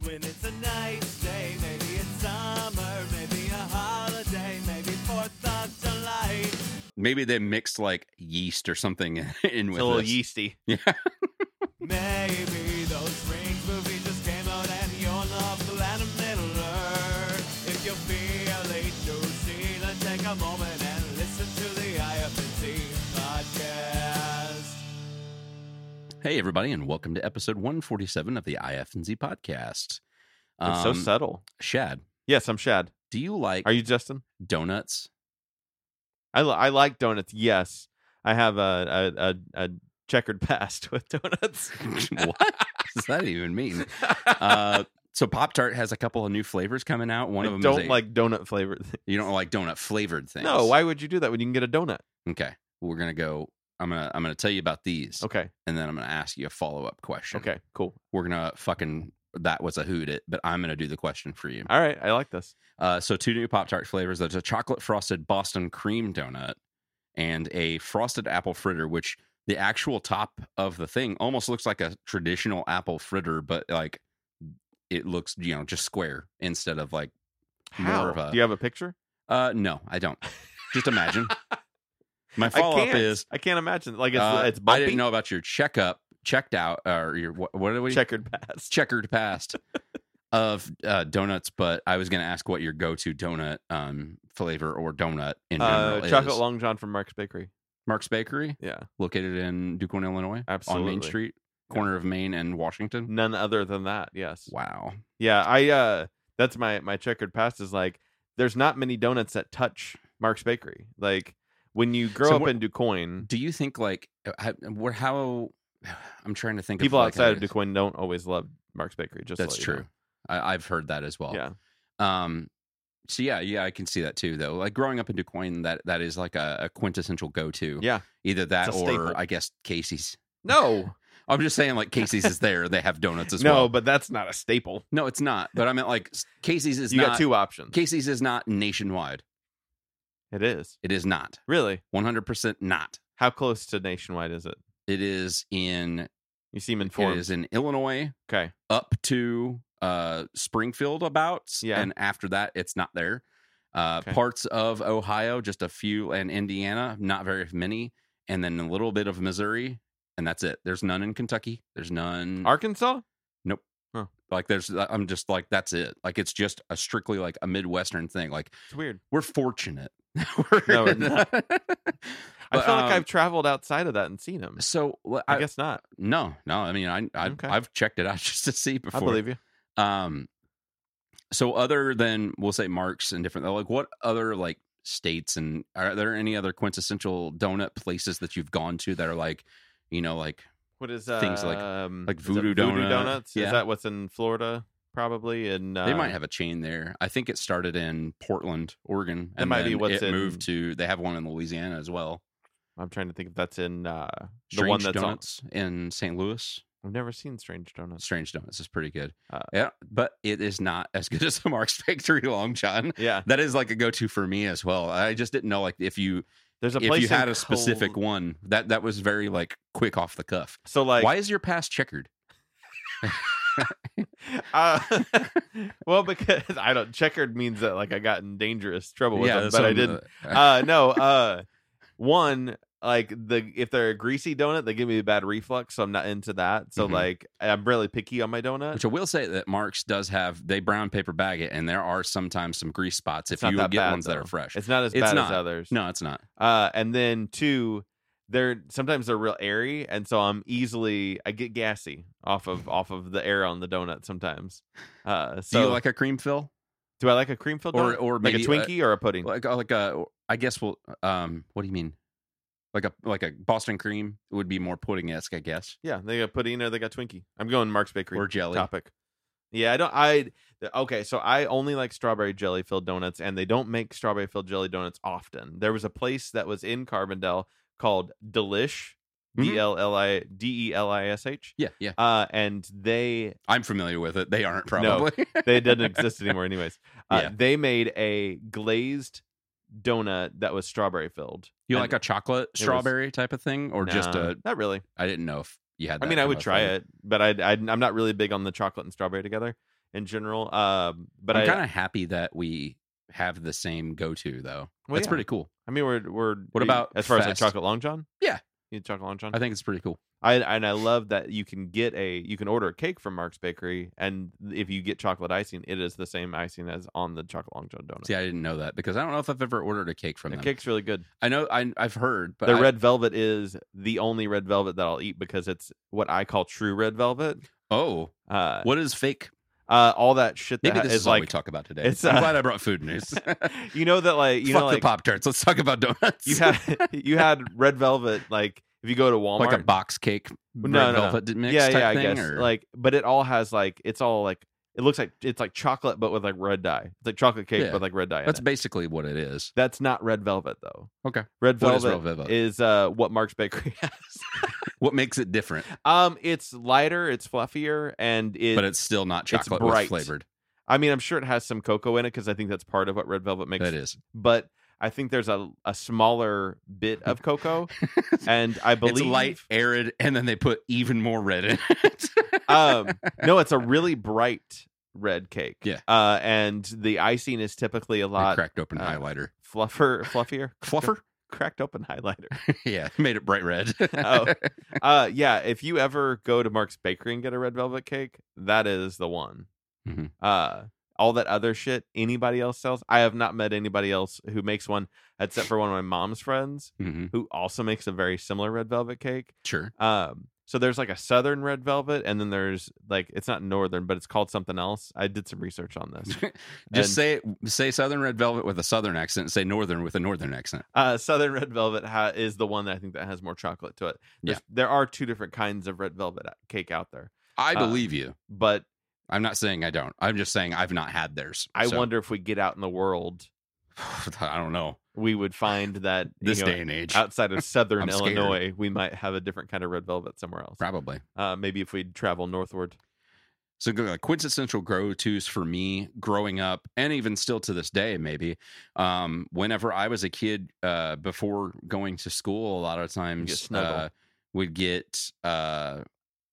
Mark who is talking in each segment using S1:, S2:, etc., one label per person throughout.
S1: When it's a nice day, maybe it's summer, maybe a holiday, maybe 4th of July.
S2: Maybe they mixed like yeast or something in
S3: It's
S2: with
S3: a little
S2: this.
S3: yeasty.
S2: Yeah.
S1: Maybe those rings movies just came out and you're love Glenn Miller. If you feel it, you see, then take a moment and listen to the IFNC podcast.
S2: Hey everybody, and welcome to episode 147 of the IFNZ podcast. Um,
S3: It's so subtle.
S2: Shad,
S3: Um, Yes, I'm Shad.
S2: do you like
S3: Are you Justin?
S2: donuts?
S3: I, li- I like donuts. Yes, I have a a, a, a checkered past with donuts.
S2: what does that even mean? Uh, so Pop Tart has a couple of new flavors coming out. One
S3: I
S2: of them
S3: don't
S2: is a-
S3: like donut flavored.
S2: you don't like donut flavored things.
S3: No, why would you do that when you can get a donut?
S2: Okay, we're gonna go. I'm gonna I'm gonna tell you about these,
S3: Okay,
S2: and then I'm gonna ask you a follow up question.
S3: okay, cool.
S2: we're gonna fucking that was a hoot it, but I'm gonna do the question for you.
S3: All right, I like this.
S2: Uh, so two new Pop Tart flavors. There's a chocolate frosted Boston cream donut and a frosted apple fritter, which the actual top of the thing almost looks like a traditional apple fritter, but like it looks, you know, just square instead of like More
S3: How?
S2: of a-
S3: Do you have a picture?
S2: uh no, I don't. Just imagine. My follow
S3: I
S2: up
S3: can't.
S2: is
S3: I can't imagine. Like it's
S2: uh,
S3: it's
S2: I
S3: bumpy.
S2: didn't know about your checkup, checked out or your what, what do we
S3: checkered past.
S2: checkered past of uh, donuts, but I was going to ask what your go-to donut um, flavor or donut in general
S3: Uh, chocolate
S2: is.
S3: long john from Mark's Bakery.
S2: Mark's Bakery,
S3: Yeah,
S2: located in Duquesne, Illinois, on
S3: Absolutely. Mm.
S2: Main Street, corner of Main and Washington.
S3: none other than that. Yes.
S2: Wow,
S3: Yeah, I uh that's my my checkered past is like there's not many donuts that touch Mark's Bakery. Like when you grow
S2: So
S3: up
S2: what-
S3: in Ducoin,
S2: do you think like I, what? How I'm trying to think.
S3: people
S2: of, like,
S3: outside of
S2: ideas.
S3: Ducoin don't always love Mark's Bakery. Just to
S2: That's
S3: let you know.
S2: true. I, I've heard that as well.
S3: Yeah,
S2: Um. So yeah, yeah, I can see that too. Though, like growing up in Duquesne, that that is like a, a quintessential go-to.
S3: yeah.
S2: Either that
S3: It's a
S2: or
S3: staple.
S2: I guess Casey's.
S3: No,
S2: I'm just saying, like Casey's is there. They have donuts as
S3: no,
S2: well.
S3: but that's not a staple.
S2: No, it's not. But I meant like s- Casey's is
S3: you
S2: not.
S3: got two options.
S2: Casey's is not nationwide.
S3: It is
S2: It is not.
S3: really
S2: 100% not.
S3: how close to nationwide is it?
S2: It is in.
S3: You seem
S2: It
S3: informed.
S2: is in Illinois
S3: Okay,
S2: up to uh Springfield about.
S3: Yeah.
S2: And after that, it's not there. Uh,
S3: Okay.
S2: Parts of Ohio, just a few, and Indiana, not very many, and then a little bit of Missouri, and that's it. There's none in Kentucky. There's none.
S3: Arkansas.
S2: like there's uh, i'm just like that's it like it's just a strictly like a midwestern thing like
S3: It's weird.
S2: we're fortunate
S3: No, we're not. I
S2: But,
S3: feel like
S2: um,
S3: I've traveled outside of that and seen them.
S2: so well,
S3: I,
S2: I,
S3: guess not.
S2: no no i mean i I've,
S3: Okay.
S2: I've checked it out just to see before
S3: I believe you.
S2: um so other than we'll say marks and different like what other like states and are there any other quintessential donut places that you've gone to that are like you know like
S3: What is uh,
S2: Things like-
S3: um,
S2: like
S3: is it
S2: Voodoo Donut.
S3: donuts?
S2: Yeah.
S3: Is that what's in Florida? Probably, and uh,
S2: they might have a chain there. I think it started in Portland, Oregon,
S3: That
S2: and
S3: might be
S2: then
S3: what's
S2: it
S3: in-
S2: moved to. They have one in Louisiana as well.
S3: I'm trying to think if that's in uh, the
S2: Strange
S3: one that's on.
S2: Donuts in St. Louis.
S3: I've never seen Strange Donuts.
S2: Strange Donuts is pretty good.
S3: Uh,
S2: yeah, but it is not as good as the Mark's Factory Long John.
S3: Yeah,
S2: That is like a go-to for me as well. I just didn't know like if you
S3: there's a place
S2: if you
S3: in
S2: had a specific
S3: Col-
S2: one that that was very like quick off the cuff.
S3: So like,
S2: Why is your past checkered?
S3: uh, well, because I don't checkered means that like I got in dangerous trouble with them,
S2: that's
S3: but
S2: what
S3: I
S2: I'm,
S3: didn't.
S2: uh,
S3: Uh, no, uh, one like the if they're a greasy donut, they give me a bad reflux, so I'm not into that. So
S2: Mhm.
S3: like, I'm really picky on my donut.
S2: Which I will say that Marks does have they brown paper bag it, and there are sometimes some grease spots
S3: It's
S2: if
S3: not
S2: you
S3: that
S2: get
S3: bad,
S2: ones that
S3: though.
S2: are fresh.
S3: It's not as
S2: It's
S3: bad
S2: not.
S3: as others.
S2: no, it's not.
S3: Uh, and then two, they're sometimes they're real airy, and so I'm easily I get gassy off of off of the air on the donut sometimes. Uh, so
S2: Do you like a cream fill
S3: do I like a cream filled
S2: or
S3: donut?
S2: or
S3: like a
S2: maybe uh,
S3: Twinkie or a pudding?
S2: like like a I guess we'll um what do you mean like a like a Boston cream would be more pudding esque I guess
S3: yeah, they got pudding or they got Twinkie. I'm going Mark's Bakery
S2: or jelly
S3: topic. Yeah, I don't. I okay. So I only like strawberry jelly filled donuts, and they don't make strawberry filled jelly donuts often. There was a place that was in Carbondale called Delish,
S2: Mm-hmm.
S3: D L L I D E L I S H,
S2: yeah yeah
S3: uh, and they
S2: I'm familiar with it they aren't
S3: No.
S2: probably
S3: they didn't exist anymore anyways uh,
S2: Yeah.
S3: they made a glazed donut that was strawberry filled
S2: you
S3: And
S2: like a chocolate
S3: was-
S2: strawberry type of thing or just
S3: nah,
S2: a
S3: not really
S2: I didn't know if you had
S3: i
S2: that
S3: mean i
S2: kind
S3: would
S2: of
S3: try
S2: flavor.
S3: it but I, I i'm not really big on the chocolate and strawberry together in general. Um, but
S2: I'm
S3: I,
S2: kind of happy that we have the same go to though.
S3: Well,
S2: That's
S3: yeah.
S2: pretty cool.
S3: I mean, we're we're
S2: What about
S3: as far as
S2: fest?
S3: like chocolate long john?
S2: Yeah.
S3: you need chocolate long john.
S2: I think it's pretty cool.
S3: I and I love that you can get a you can order a cake from Mark's Bakery, and if you get chocolate icing, it is the same icing as on the chocolate long john donut.
S2: See, I didn't know that because I don't know if I've ever ordered a cake from
S3: the
S2: them.
S3: cake's really good.
S2: I know I, I've heard, but
S3: the
S2: I-
S3: red velvet is the only red velvet that I'll eat because it's what I call true red velvet.
S2: oh,
S3: Uh,
S2: what is fake?
S3: uh all that shit
S2: Maybe
S3: that
S2: this
S3: is,
S2: is, all we
S3: like
S2: talk about today.
S3: it's,
S2: I'm
S3: uh,
S2: glad I brought food news.
S3: you know that like you
S2: Fuck
S3: know
S2: the
S3: like
S2: pop tarts. Let's talk about donuts.
S3: you had you had red velvet like if you go to Walmart
S2: like a box cake, red
S3: no, no.
S2: velvet mix
S3: yeah
S2: type
S3: yeah
S2: thing,
S3: I guess
S2: or
S3: like but it all has like it's all like it looks like it's like chocolate but with like red dye it's like chocolate cake
S2: Yeah.
S3: but like red dye in
S2: that's
S3: it.
S2: basically what it is.
S3: that's not red velvet though
S2: Okay.
S3: red
S2: What
S3: velvet,
S2: is red velvet?
S3: is uh what Mark's Bakery has
S2: What makes it different?
S3: um it's lighter it's fluffier and it
S2: but it's still not
S3: it's
S2: chocolate
S3: bright.
S2: with flavored.
S3: I mean I'm sure it has some cocoa in it because I think that's part of what red velvet makes
S2: That is.
S3: but I think there's a a smaller bit of cocoa and I believe
S2: It's light, arid, and then they put even more red in it.
S3: um no it's a really bright red cake
S2: Yeah.
S3: uh and the icing is typically a
S2: I
S3: lot
S2: cracked open
S3: uh,
S2: highlighter.
S3: fluffer fluffier
S2: Fluffer?
S3: cracked open highlighter
S2: yeah, made it bright red.
S3: Oh. uh yeah if you ever go to mark's bakery and get a red velvet cake that is the one
S2: Mhm.
S3: uh all that other shit anybody else sells i have not met anybody else who makes one except for one of my mom's friends
S2: Mhm,
S3: who also makes a very similar red velvet cake
S2: Sure.
S3: Um, so there's like a southern red velvet, and then there's like it's not northern, but it's called something else. I did some research on this.
S2: Just
S3: And-
S2: say say Southern Red Velvet with a Southern accent. and Say Northern with a Northern accent.
S3: Uh, southern red velvet ha- is the one that I think that has more chocolate to it. There's- There are two different kinds of red velvet uh, cake out there,
S2: I
S3: Uh,
S2: believe you.
S3: but
S2: I'm not saying I don't. I'm just saying I've not had theirs.
S3: I
S2: So,
S3: wonder if we get out in the world,
S2: I don't know.
S3: we would find that you
S2: This
S3: know, Uh,
S2: day and age,
S3: outside of southern
S2: I'm scared.
S3: Illinois, we might have a different kind of red velvet somewhere else.
S2: probably.
S3: Uh, maybe if we travel northward.
S2: So uh, quintessential grow tos for me growing up and even still to this day, maybe. Um, whenever I was a kid, uh, before going to school, a lot of times
S3: snuggle.
S2: uh, would get uh,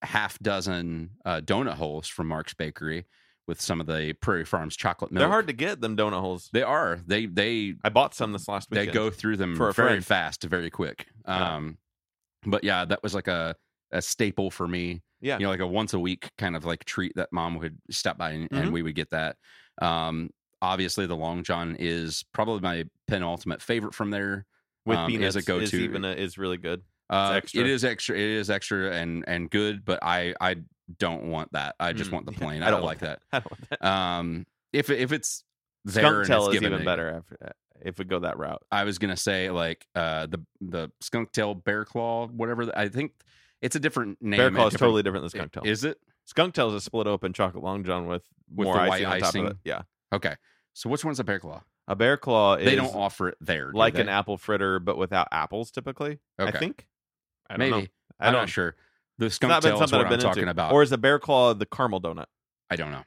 S2: half dozen uh, donut holes from Mark's Bakery with some of the Prairie Farms chocolate milk.
S3: They're hard to get them donut holes.
S2: They are. They they
S3: I bought some this last
S2: they
S3: weekend.
S2: go through them
S3: For a
S2: very
S3: friend. Uh-huh.
S2: fast, very quick.
S3: Yeah.
S2: Um, but yeah, that was like a a staple for me
S3: yeah.
S2: you know, like a once a week kind of like treat that mom would stop by and,
S3: Mhm.
S2: and we would get that. Um, obviously, the Long John is probably my penultimate favorite from there.
S3: with
S2: um, is
S3: peanuts
S2: a
S3: is
S2: go-to.
S3: even a, is really good.
S2: Uh,
S3: extra.
S2: It is extra. It is extra and and good, but I I don't want that. I just
S3: Mm.
S2: want the
S3: Yeah,
S2: plain.
S3: I
S2: I
S3: don't
S2: don't
S3: want
S2: like that.
S3: I don't want that.
S2: Um, if if it's there and
S3: Skunk
S2: it's
S3: tail is
S2: given
S3: even
S2: to-
S3: better after, uh, if we go that route.
S2: I was gonna say like uh the the skunk tail bear claw whatever. I think it's a different name.
S3: Bear
S2: and
S3: claw is
S2: different-
S3: totally different than skunk tail.
S2: Is it
S3: skunk tail is a split open chocolate long john with,
S2: With
S3: more
S2: the
S3: icing
S2: white
S3: on top
S2: icing?
S3: of it. Yeah,
S2: okay? So which one's a bear claw?
S3: a bear claw is
S2: They don't offer it there. do
S3: like
S2: they?
S3: an apple fritter, but without apples typically. I think. I don't
S2: Maybe.
S3: know. I
S2: I'm
S3: don't.
S2: not sure. The
S3: It's
S2: skunk
S3: not been
S2: tail is
S3: something
S2: what
S3: I've
S2: I'm
S3: been
S2: talking
S3: into.
S2: about.
S3: Or is a bear claw the caramel donut?
S2: I don't know.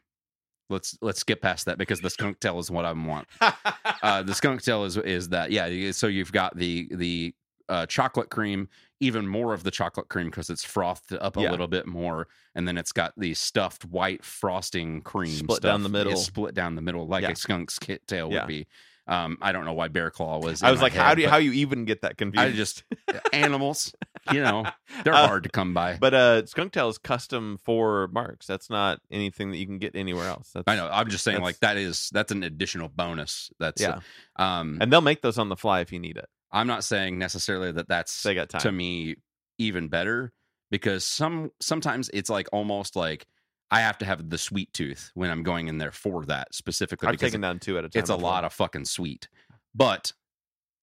S2: Let's let's skip past that because the skunk tail is what I want. Uh, the skunk tail is is that yeah. you- So you've got the the uh, chocolate cream, even more of the chocolate cream because it's frothed up a
S3: Yeah.
S2: little bit more, and then it's got the stuffed white frosting cream
S3: Split down
S2: stuff.
S3: the middle.
S2: It's split down the middle like
S3: Yeah.
S2: a skunk's kit tail
S3: Yeah.
S2: would be. Um, I don't know why bear claw was.
S3: I
S2: in
S3: was
S2: my
S3: like, how
S2: head,
S3: do you,
S2: but
S3: how you even get that confused?
S2: I just uh, animals, you know, they're
S3: Uh,
S2: hard to come by.
S3: But uh, skunk tail is custom for marks. That's not anything that you can get anywhere else. That's,
S2: I know. I'm just saying, like
S3: that's-
S2: that is that's an additional bonus. That's
S3: Yeah,
S2: Um,
S3: and they'll make those on the fly if you need it.
S2: I'm not saying necessarily that that's
S3: They got time.
S2: to me even better because some sometimes it's like almost like I have to have the sweet tooth when I'm going in there for that specifically
S3: I've
S2: because
S3: taken down two at a time.
S2: it's a lot of fucking sweet. But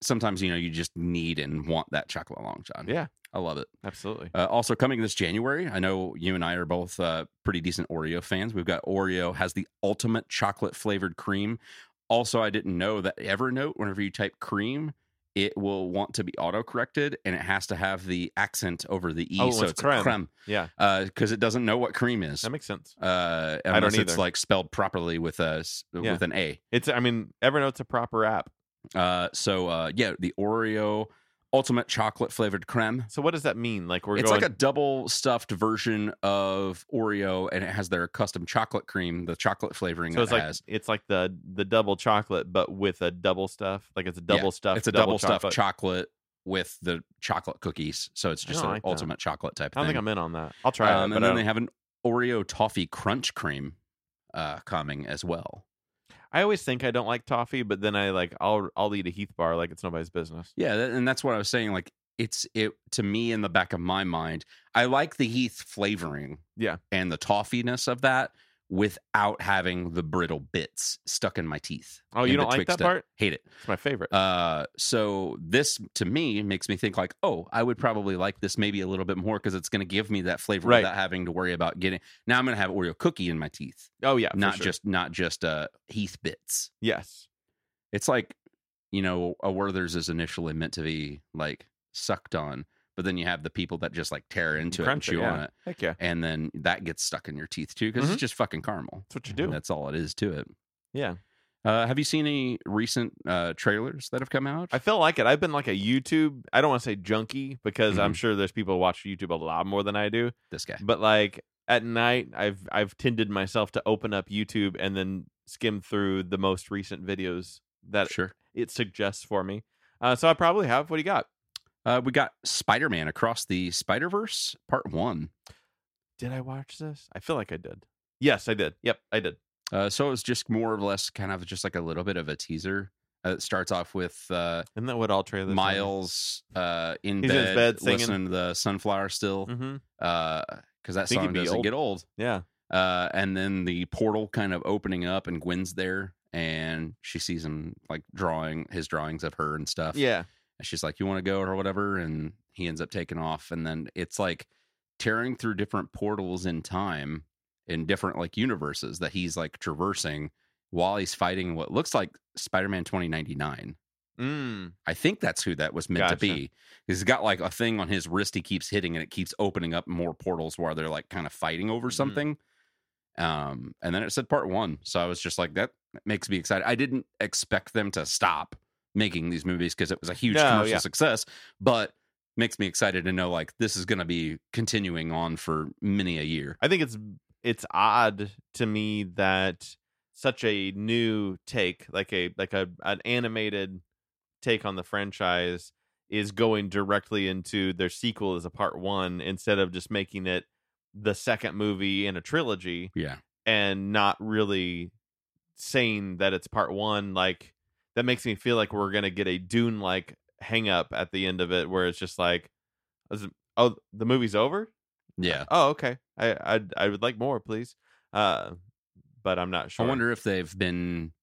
S2: sometimes you know you just need and want that chocolate long john.
S3: Yeah.
S2: I love it.
S3: absolutely.
S2: Uh, also coming this January, I know you and I are both uh, pretty decent Oreo fans. We've got Oreo has the ultimate chocolate flavored cream. Also, I didn't know that Evernote, whenever you type cream, it will want to be auto corrected and it has to have the accent over the e,
S3: Oh, it
S2: so
S3: wants
S2: it's
S3: creme.
S2: creme
S3: Yeah,
S2: because it doesn't know what cream is.
S3: that makes sense.
S2: Uh,
S3: I don't
S2: unless it's
S3: either.
S2: like spelled properly with a s-
S3: Yeah.
S2: with an A.
S3: It's I mean, Evernote's a proper app.
S2: Uh, so uh, yeah, the Oreo ultimate chocolate flavored creme.
S3: So what does that mean? Like we're
S2: it's
S3: going
S2: like a double stuffed version of Oreo, and it has their custom chocolate cream, the chocolate flavoring.
S3: so it's
S2: it
S3: like
S2: has.
S3: it's like the the double chocolate, but with a double stuff. Like it's a double stuff.
S2: it's a double, stuffed chocolate with the chocolate cookies. So it's just
S3: I
S2: an
S3: like that.
S2: ultimate chocolate type
S3: I don't
S2: thing.
S3: think I'm in on that. I'll try
S2: um,
S3: it.
S2: and
S3: but I
S2: then they
S3: don't-
S2: have an Oreo toffee crunch cream uh, coming as well.
S3: I always think I don't like toffee, but then I like I'll I'll eat a Heath bar like it's nobody's business.
S2: Yeah, tha- and that's what I was saying. Like it's it to me in the back of my mind. I like the Heath flavoring,
S3: Yeah.
S2: and the toffiness of that without having the brittle bits stuck in my teeth.
S3: Oh, you
S2: in
S3: don't like
S2: betwixt
S3: that
S2: it.
S3: part?
S2: Hate it.
S3: It's my favorite.
S2: Uh, so this to me makes me think like, oh, I would probably like this maybe a little bit more because it's going to give me that flavor
S3: Right.
S2: without having to worry about getting. Now I'm going to have Oreo cookie in my teeth,
S3: oh yeah, for
S2: not
S3: sure.
S2: just not just uh Heath bits.
S3: yes.
S2: It's like you know, a Werther's is initially meant to be like sucked on, but then you have the people that just like tear into it and
S3: crunch it,
S2: chew on
S3: yeah.
S2: it,
S3: Heck yeah,
S2: and then that gets stuck in your teeth too because it's just fucking caramel.
S3: that's what you
S2: And
S3: do.
S2: That's all it is to it.
S3: Yeah,
S2: Uh, have you seen any recent uh, trailers that have come out?
S3: I feel like it. I've been like a YouTube. I don't want to say junkie because
S2: Mm-hmm.
S3: I'm sure there's people who watch YouTube a lot more than I do.
S2: this guy.
S3: But like at night, I've I've tended myself to open up YouTube and then skim through the most recent videos that
S2: Sure.
S3: it suggests for me. Uh, so I probably have. What do you got?
S2: Uh, we got Spider Man Across the Spider Verse Part One.
S3: Did I watch this? I feel like I did. Yes, I did. Yep, I did.
S2: Uh, so it was just more or less kind of just like a little bit of a teaser. Uh, it starts off with uh,
S3: Isn't that what all trailers? are?
S2: Miles uh, in,
S3: He's in
S2: bed,
S3: his bed singing.
S2: listening to the Sunflower still because
S3: Mhm.
S2: that
S3: Think he'd
S2: song
S3: be
S2: doesn't
S3: old.
S2: get old.
S3: Yeah.
S2: Uh, and then the portal kind of opening up, and Gwen's there, and she sees him like drawing his drawings of her and stuff.
S3: Yeah.
S2: And she's like, You want to go or whatever? And he ends up taking off. And then it's like tearing through different portals in time in different like universes that he's like traversing while he's fighting what looks like Spider Man 2099.
S3: Mm.
S2: I think that's who that was meant to
S3: Gotcha.
S2: be. He's got like a thing on his wrist he keeps hitting and it keeps opening up more portals while they're like kind of fighting over
S3: Mhm.
S2: something. Um, and then it said part one. So I was just like, that makes me excited. I didn't expect them to stop making these movies because it was a huge
S3: No,
S2: commercial
S3: yeah.
S2: success, but makes me excited to know like this is going to be continuing on for many a year.
S3: I think it's it's odd to me that such a new take, like a like a an animated take on the franchise, is going directly into their sequel as a part one instead of just making it the second movie in a trilogy
S2: Yeah.
S3: and not really saying that it's part one. Like that makes me feel like we're gonna get a Dune like hang up at the end of it where it's just like is it- oh the movie's over
S2: Yeah.
S3: oh okay i i, I would like more please uh but i'm not sure
S2: I wonder if they've been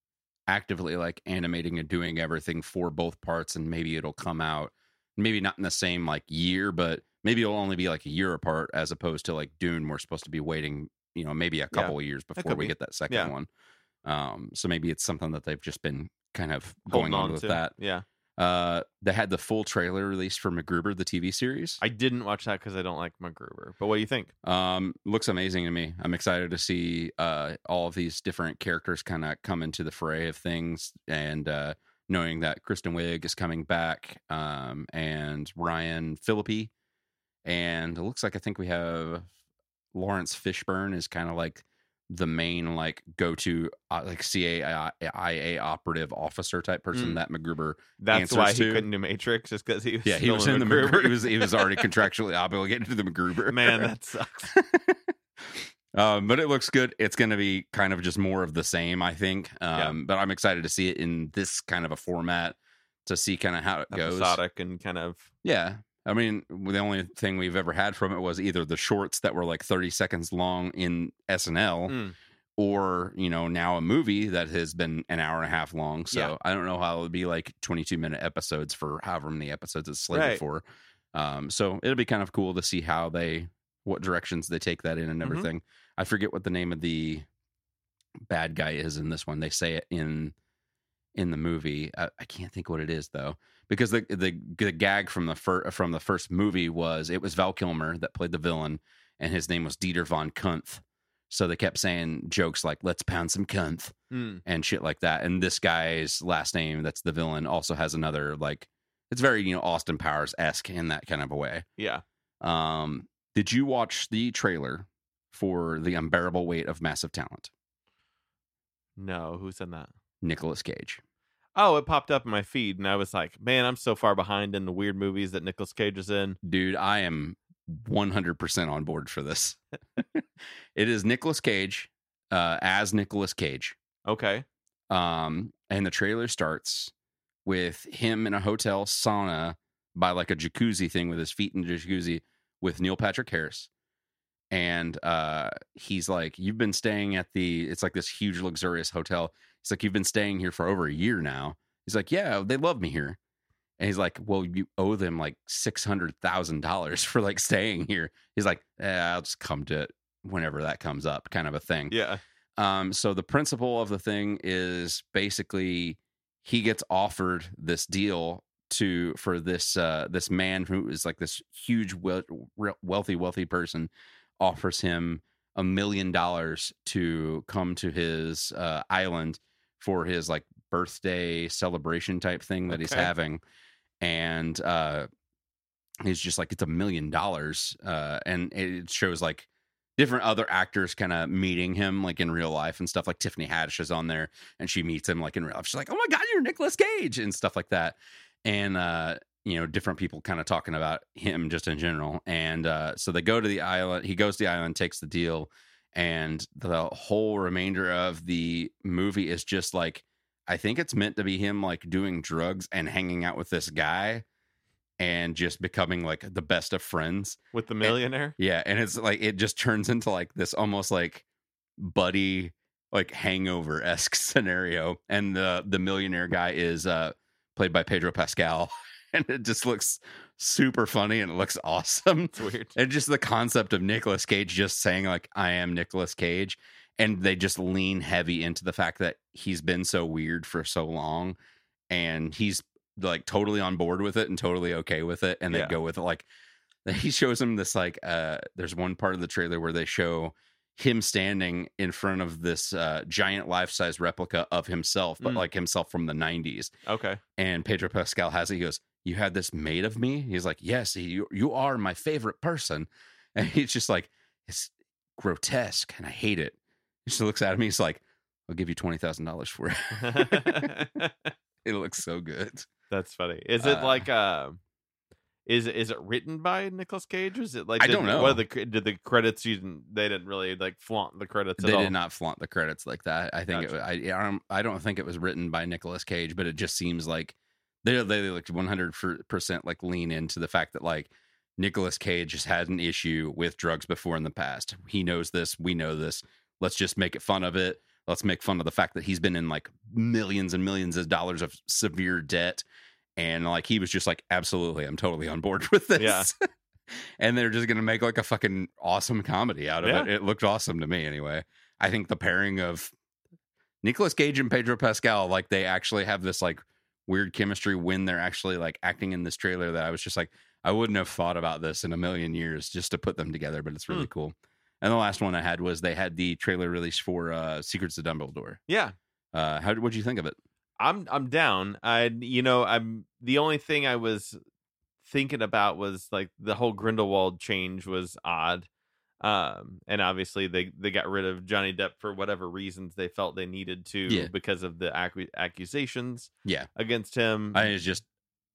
S2: actively like animating and doing everything for both parts, and maybe it'll come out maybe not in the same like year, but maybe it'll only be like a year apart as opposed to like Dune. We're supposed to be waiting, you know, maybe a
S3: Yeah,
S2: couple of years before
S3: could
S2: we
S3: be.
S2: get that second
S3: Yeah.
S2: one. Um, so maybe it's something that they've just been kind of
S3: Holding
S2: going on, with
S3: to.
S2: that.
S3: yeah
S2: Uh, they had the full trailer released for MacGruber, the TV series.
S3: i didn't watch that because i don't like mcgruber but what do you think
S2: Um, looks amazing to me. I'm excited to see uh all of these different characters kind of come into the fray of things, and uh, knowing that Kristen Wiig is coming back, um, and Ryan Phillippe, and it looks like I think we have Lawrence Fishburne is kind of like the main like go to uh, like CIA operative officer type person
S3: Mm.
S2: that MacGruber
S3: that's why
S2: Answers
S3: he
S2: to-
S3: couldn't do matrix is because he was
S2: yeah he
S3: still
S2: was in the
S3: MacGruber.
S2: MacGruber. he was he was already contractually obligated to the MacGruber
S3: man that sucks
S2: um, but it looks good. It's going to be kind of just more of the same, I think. Um, But I'm excited to see it in this kind of a format to see kind of how it goes.
S3: episodic and kind of
S2: Yeah. I mean, the only thing we've ever had from it was either the shorts that were like 30 seconds long in SNL
S3: Mm.
S2: or, you know, now a movie that has been an hour and a half long. So
S3: Yeah.
S2: I don't know how it would be like 22 minute episodes for however many episodes it's slated
S3: Right.
S2: for. Um, so it'll be kind of cool to see how they, what directions they take that in and
S3: Mhm.
S2: everything. I forget what the name of the bad guy is in this one. They say it in in the movie. I, I can't think what it is though, because the the, the gag from the fir- from the first movie was it was Val Kilmer that played the villain, and his name was Dieter von Kuntz. So they kept saying jokes like "Let's pound some Kuntz"
S3: mm,
S2: and shit like that. And this guy's last name that's the villain also has another like it's very you know Austin Powers esque in that kind of a way.
S3: Yeah.
S2: Um, did you watch the trailer for the unbearable weight of massive talent?
S3: No, who said that?
S2: Nicolas Cage.
S3: Oh, it popped up in my feed, and I was like, man, I'm so far behind in the weird movies that Nicolas Cage is in.
S2: Dude, I am 100% on board for this. it is Nicolas Cage uh, as Nicolas Cage.
S3: Okay.
S2: Um, and the trailer starts with him in a hotel sauna by like a jacuzzi thing with his feet in the jacuzzi with Neil Patrick Harris. And uh, he's like, You've been staying at the, it's like this huge, luxurious hotel. He's like, You've been staying here for over a year now. He's like, Yeah, they love me here. And he's like, Well, you owe them like $600,000 for like staying here. He's like, eh, I'll just come to it whenever that comes up, kind of a thing.
S3: Yeah.
S2: Um, so the principle of the thing is basically he gets offered this deal to for this uh, this man who is like this huge we- re- wealthy wealthy person offers him a million dollars to come to his uh, island for his like birthday celebration type thing that he's
S3: Okay.
S2: having and uh he's just like it's a million dollars uh and it shows like different other actors kind of meeting him like in real life and stuff like Tiffany Haddish is on there and she meets him like in real life she's like oh my god you're Nicolas Cage and stuff like that and uh you know different people kind of talking about him just in general and uh so they go to the island he goes to the island takes the deal and the whole remainder of the movie is just like I think it's meant to be him like doing drugs and hanging out with this guy and just becoming like the best of friends
S3: With the millionaire?
S2: yeah, and it's like it just turns into like this almost like buddy like hangover esque scenario, and the the millionaire guy is uh played by Pedro Pascal, and it just looks super funny and it looks awesome.
S3: It's weird.
S2: And just the concept of Nicolas Cage just saying like I am Nicolas Cage and they just lean heavy into the fact that he's been so weird for so long and he's like totally on board with it and totally okay with it and they
S3: Yeah.
S2: go with it like he shows him this like uh there's one part of the trailer where they show him standing in front of this uh giant life-size replica of himself but
S3: Mm.
S2: like himself from the 90s
S3: Okay.
S2: and Pedro Pascal has it. He goes, "You had this made of me." He's like, "Yes, you you are my favorite person," and he's just like, "It's grotesque and I hate it." He just looks at me. He's like, "I'll give you twenty thousand dollars for it." It looks so good.
S3: That's funny. Is it
S2: Uh,
S3: like uh is is it written by Nicolas Cage? Or is it like
S2: I
S3: did-
S2: don't know.
S3: What are the cre- did the credits? You didn't, they didn't really like flaunt the credits.
S2: they
S3: at all.
S2: did not flaunt the credits like that. I think it, wa- I I don't, I don't think it was written by Nicolas Cage, but it just seems like they they like one hundred percent like lean into the fact that like Nicolas Cage has had an issue with drugs before in the past. He knows this. We know this. Let's just make it fun of it. Let's make fun of the fact that he's been in like millions and millions of dollars of severe debt. And like he was just like, absolutely, I'm totally on board with this.
S3: Yeah.
S2: and they're just gonna make like a fucking awesome comedy out of
S3: Yeah.
S2: it. It looked awesome to me anyway. I think the pairing of Nicolas Cage and Pedro Pascal, like they actually have this like weird chemistry when they're actually like acting in this trailer that I was just like, I wouldn't have thought about this in a million years just to put them together, but it's really cool. And the last one I had was they had the trailer release for uh Secrets of Dumbledore.
S3: Yeah,
S2: Uh how what'd you think of it?
S3: I'm I'm down. I you know I'm the only thing I was thinking about was like the whole Grindelwald change was odd. Um, and obviously they they got rid of Johnny Depp for whatever reasons they felt they needed to
S2: Yeah.
S3: because of the accu- accusations
S2: Yeah.
S3: against him.
S2: I it's just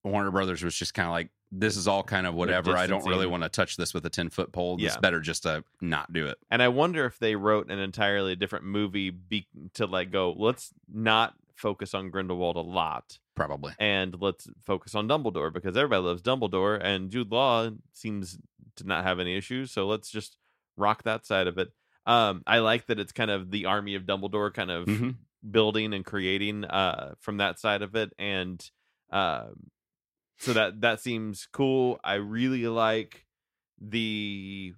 S2: Warner Brothers was just kind of like, this is all kind of whatever. I don't really
S3: distancing.
S2: want to touch this with a 10 foot pole. It's
S3: Yeah.
S2: better just to not do it.
S3: And I wonder if they wrote an entirely different movie be- to like go, let's not focus on Grindelwald a lot
S2: Probably.
S3: and let's focus on Dumbledore because everybody loves Dumbledore and Jude Law seems to not have any issues. So let's just rock that side of it. Um, I like that it's kind of the army of Dumbledore kind of
S2: Mhm.
S3: building and creating uh, from that side of it. And um, so that that seems cool. I really like the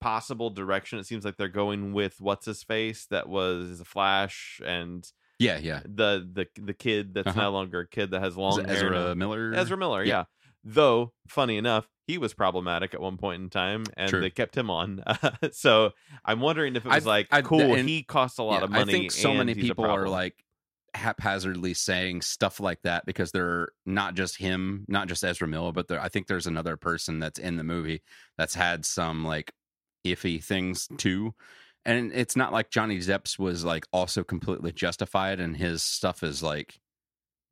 S3: possible direction it seems like they're going with what's his face that was a flash and
S2: Yeah. Yeah.
S3: the the the kid that's
S2: Uh-huh.
S3: no longer a kid that has
S2: Is
S3: long
S2: it
S3: hair
S2: Ezra
S3: now.
S2: Miller.
S3: Ezra Miller,
S2: Yeah.
S3: yeah. Though funny enough, he was problematic at one point in time, and
S2: True.
S3: they kept him on. so I'm wondering if it was
S2: I've-
S3: like
S2: I've-
S3: cool.
S2: and-
S3: he costs a lot
S2: Yeah,
S3: of money.
S2: I think so
S3: and
S2: many
S3: he's a
S2: people are
S3: problem.
S2: like, haphazardly saying stuff like that because they're not just him, not just Ezra Miller, but there, I think there's another person that's in the movie that's had some like iffy things too. And it's not like Johnny Depp's was like also completely justified, and his stuff is like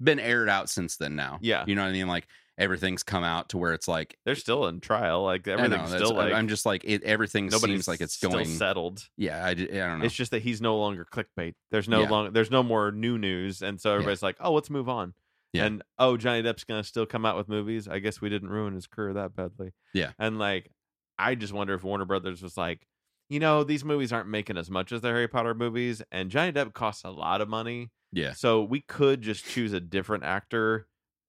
S2: been aired out since then. Now,
S3: Yeah.
S2: you know what I mean. Like everything's come out to where it's like
S3: They're still in trial. Like
S2: I know,
S3: everything's
S2: that's-
S3: still like
S2: I'm just like it, everything
S3: nobody's
S2: seems like it's
S3: still
S2: going.
S3: settled.
S2: Yeah, I, d- I don't know.
S3: It's just that he's no longer clickbait. There's no
S2: Yeah.
S3: long. There's no more new news, and so everybody's like, "Oh, let's move on."
S2: Yeah.
S3: And oh, Johnny Depp's gonna still come out with movies. I guess we didn't ruin his career that badly.
S2: Yeah.
S3: And like, I just wonder if Warner Brothers was like, you know, these movies aren't making as much as the Harry Potter movies, and Johnny Depp costs a lot of money,
S2: yeah,
S3: so we could just choose a different actor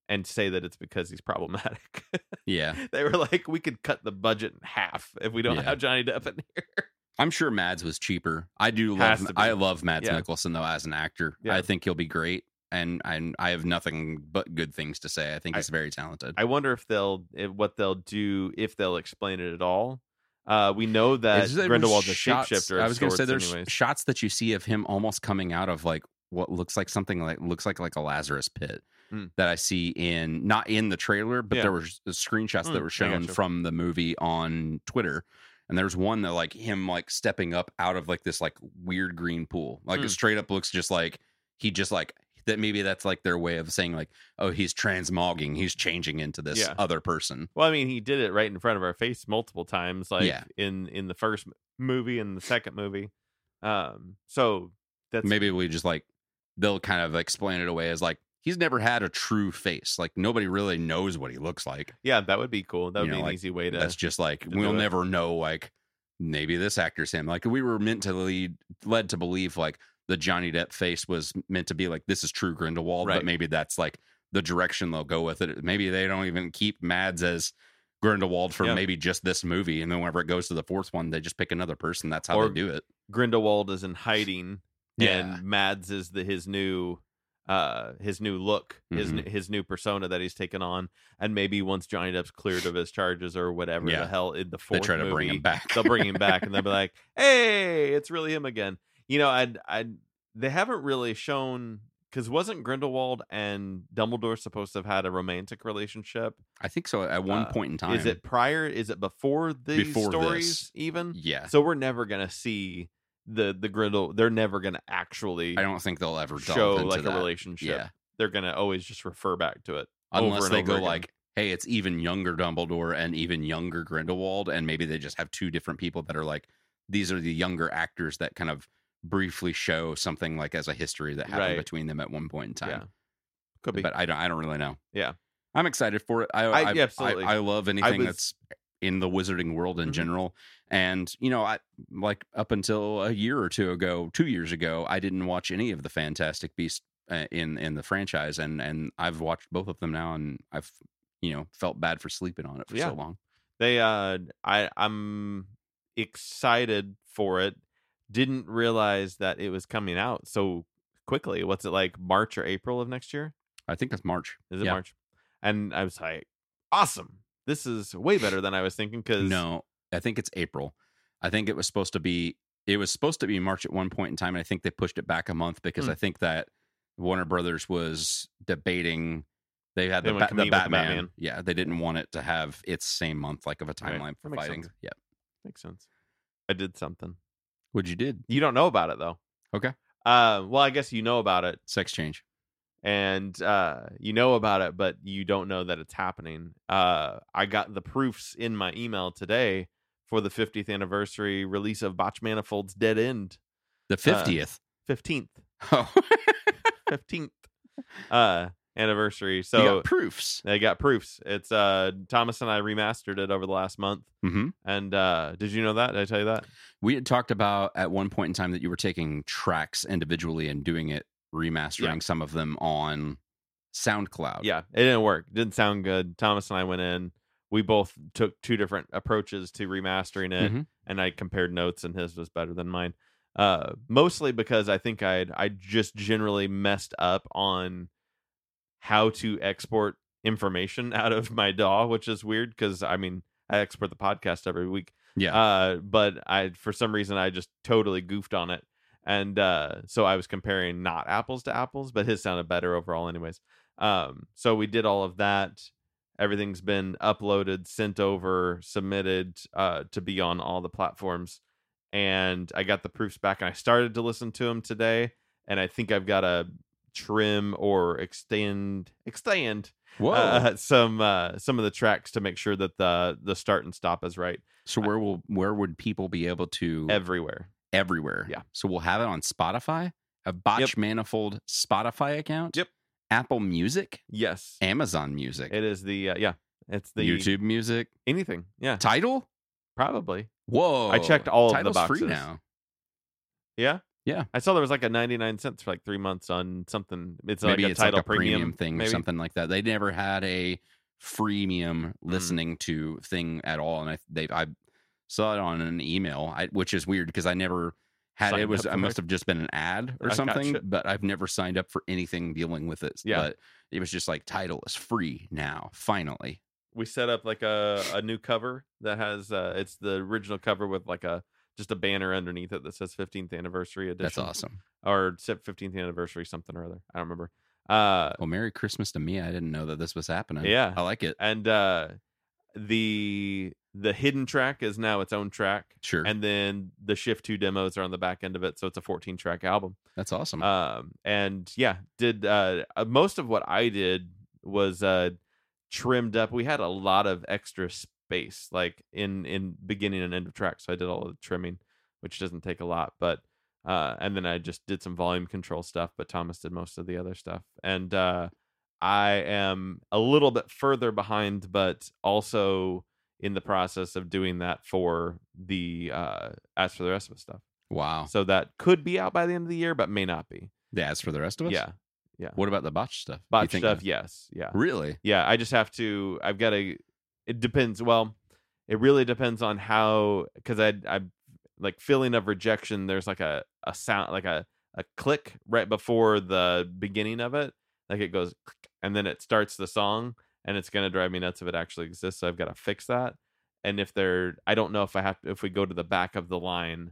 S3: and say that it's because he's problematic.
S2: yeah.
S3: they were like, we could cut the budget in half if we don't
S2: Yeah.
S3: have Johnny Depp in here.
S2: I'm sure Mads was cheaper. I do
S3: Has
S2: love
S3: to be.
S2: I love Mads
S3: Yeah.
S2: Mikkelsen though as an actor.
S3: Yeah.
S2: I think he'll be great, and I I have nothing but good things to say. I think
S3: I-
S2: he's very talented.
S3: I wonder if they'll if, what they'll do if they'll explain it at all. Uh, we know that
S2: It's just that
S3: Grindelwald's a
S2: there's shots-
S3: shapeshifter.
S2: I was
S3: going to
S2: say there's
S3: anyways.
S2: shots that you see of him almost coming out of like what looks like something like looks like like a Lazarus pit
S3: Mm.
S2: that I see in not in the trailer, but
S3: Yeah.
S2: there were s- screenshots
S3: Mm,
S2: that
S3: I
S2: were shown
S3: gotcha.
S2: from the movie on Twitter. And there's one that like him like stepping up out of like this like weird green pool. Like
S3: Mm.
S2: it straight up looks just like he just like that maybe that's like their way of saying like, oh, he's transmogging, he's changing into this
S3: Yeah.
S2: other person.
S3: Well, I mean, he did it right in front of our face multiple times, like
S2: Yeah.
S3: in in the first m- movie and the second movie. Um, so that's
S2: maybe we just like they'll kind of explain it away as like he's never had a true face like nobody really knows what he looks like
S3: yeah, that would be cool. That would
S2: You know,
S3: be an
S2: like,
S3: easy way to.
S2: that's just like
S3: to
S2: we'll
S3: do it.
S2: never know like maybe this actor's him like we were meant to lead led to believe like the johnny depp face was meant to be like this is true grindelwald
S3: Right.
S2: but maybe that's like the direction they'll go with it maybe they don't even keep mads as grindelwald for
S3: Yeah.
S2: maybe just this movie and then whenever it goes to the fourth one they just pick another person that's how
S3: Or-
S2: they do it
S3: Grindelwald is in hiding,
S2: Yeah.
S3: and Mads is the his new uh his new look his
S2: Mhm.
S3: new his new persona that he's taken on and maybe once johnny depp's cleared of his charges or whatever
S2: Yeah.
S3: the hell in the fourth
S2: they try to bring
S3: movie,
S2: him back
S3: they'll bring him back and they'll be like, "Hey, it's really him again." You know, I I they haven't really shown cuz wasn't Grindelwald and Dumbledore supposed to have had a romantic relationship?
S2: i think so at one
S3: Uh,
S2: point in time
S3: Is it prior? Is it before these
S2: Before
S3: stories
S2: this.
S3: even?
S2: yeah
S3: So we're never going to see the the Grindel they're never going to actually
S2: I don't think they'll ever delve
S3: show
S2: into
S3: like
S2: that.
S3: a relationship.
S2: Yeah,
S3: They're going to always just refer back to it. over
S2: unless
S3: and
S2: they
S3: over
S2: go
S3: again.
S2: like, "Hey, it's even younger Dumbledore and even younger Grindelwald," and maybe they just have two different people that are like, "These are the younger actors that kind of briefly show something like as a history that happened
S3: Right.
S2: between them at one point in time."
S3: Yeah. Could be.
S2: But I don't, I don't really know.
S3: Yeah.
S2: I'm excited for it. I,
S3: I-
S2: I,
S3: yeah, absolutely.
S2: I, I love anything
S3: was-
S2: that's in the wizarding world in
S3: Mhm.
S2: general. And you know, I like up until a year or two ago, two years ago, I didn't watch any of the Fantastic Beasts uh, in in the franchise, and and I've watched both of them now, and I've you know felt bad for sleeping on it for
S3: Yeah.
S2: so long.
S3: they uh i i'm excited for it didn't realize that it was coming out so quickly what's it like march or april of next year
S2: I think that's March.
S3: is it
S2: Yeah.
S3: march and i was like awesome this is way better than i was thinking because
S2: No, I think it's April. I think it was supposed to be it was supposed to be March at one point in time, and I think they pushed it back a month because
S3: Hmm.
S2: I think that Warner Brothers was debating. They had
S3: They
S2: the, Ba-
S3: wanna
S2: the
S3: compete with the
S2: Batman.
S3: Batman.
S2: Yeah, they didn't want it to have its same month like of a
S3: Right.
S2: timeline for
S3: That makes
S2: fighting.
S3: sense.
S2: Yeah,
S3: makes sense i did something
S2: what you did?
S3: you don't know about it though
S2: Okay.
S3: uh well i guess you know about it
S2: Sex change.
S3: and uh, you know about it, but you don't know that it's happening. Uh, I got the proofs in my email today for the 50th anniversary release of Botch Manifold's Dead End, Uh,
S2: The fiftieth.
S3: 15th,
S2: oh,
S3: 15th uh, anniversary.
S2: so
S3: So
S2: proofs.
S3: they got proofs. It's uh, Thomas and I remastered it over the last month.
S2: hmm
S3: And uh, did you know that? Did I tell you that?
S2: We had talked about at one point in time that you were taking tracks individually and doing it remastering
S3: Yeah.
S2: some of them on SoundCloud.
S3: Yeah, it didn't work. didn't sound good. Thomas and I went in. We both took two different approaches to remastering it.
S2: Mhm.
S3: and I compared notes, and his was better than mine. Uh, mostly because I think I would I just generally messed up on how to export information out of my DAW, which is weird because I mean I export the podcast every week,
S2: yeah.
S3: uh, but I for some reason I just totally goofed on it, and uh, so I was comparing not apples to apples, but his sounded better overall, anyways. Um, so we did all of that. Everything's been uploaded, sent over, submitted uh, to be on all the platforms, and I got the proofs back, and I started to listen to them today, and I think I've got to trim or extend extend
S2: Whoa.
S3: uh, some uh, some of the tracks to make sure that the the start and stop is right
S2: so where will where would people be able to
S3: everywhere.
S2: everywhere?
S3: Yeah.
S2: So we'll have it on Spotify, a Botch
S3: Yep.
S2: Manifold Spotify account.
S3: Yep.
S2: Apple Music,
S3: Yes,
S2: Amazon Music,
S3: it is the uh, yeah, it's the
S2: YouTube Music,
S3: anything. Yeah,
S2: title.
S3: probably.
S2: Whoa!
S3: I checked all of the
S2: Title's free
S3: boxes.
S2: now.
S3: Yeah.
S2: Yeah.
S3: I saw there was like a 99 cents for like three months on something. It's
S2: maybe
S3: like a
S2: it's
S3: title
S2: like a premium, thing
S3: maybe.
S2: or something like that. They never had a
S3: Mm.
S2: freemium listening to thing at all, and I they I saw it on an email, I, which is weird because I never had
S3: Signed
S2: it was
S3: up
S2: I
S3: for
S2: must
S3: it.
S2: have just been an ad or
S3: I
S2: something,
S3: gotcha.
S2: but I've never signed up for anything dealing with it.
S3: Yeah.
S2: But it was just like title is free now, finally.
S3: We set up like a, a new cover that has uh it's the original cover with like a just a banner underneath it that says 15th anniversary edition.
S2: That's awesome.
S3: Or se- 15th anniversary something or other. I don't remember. Uh
S2: Well, Merry Christmas to me. I didn't know that this was happening.
S3: Yeah.
S2: I like it.
S3: and uh the the hidden track is now its own track.
S2: Sure,
S3: And then the shift two demos are on the back end of it, so it's a 14 track album.
S2: that's awesome.
S3: um and yeah did uh uh, most of what i did was uh trimmed up we had a lot of extra space like in in beginning and end of track so i did all the trimming which doesn't take a lot but uh and then i just did some volume control stuff but thomas did most of the other stuff and uh i am a little bit further behind but also in the process of doing that for the uh as for the rest of the stuff
S2: wow.
S3: so that could be out by the end of the year, but may not be.
S2: Yeah, as for the rest of us,
S3: Yeah.
S2: What about the botch stuff? You
S3: Botch
S2: think-
S3: stuff, yes. Yeah.
S2: Really?
S3: Yeah. I just have to I've got to it depends. Well, it really depends on how because I I like feeling of rejection, there's like a, a sound like a, a click right before the beginning of it. Like it goes click, and then it starts the song and it's gonna drive me nuts if it actually exists. So I've got to fix that. And if they're I don't know if I have if we go to the back of the line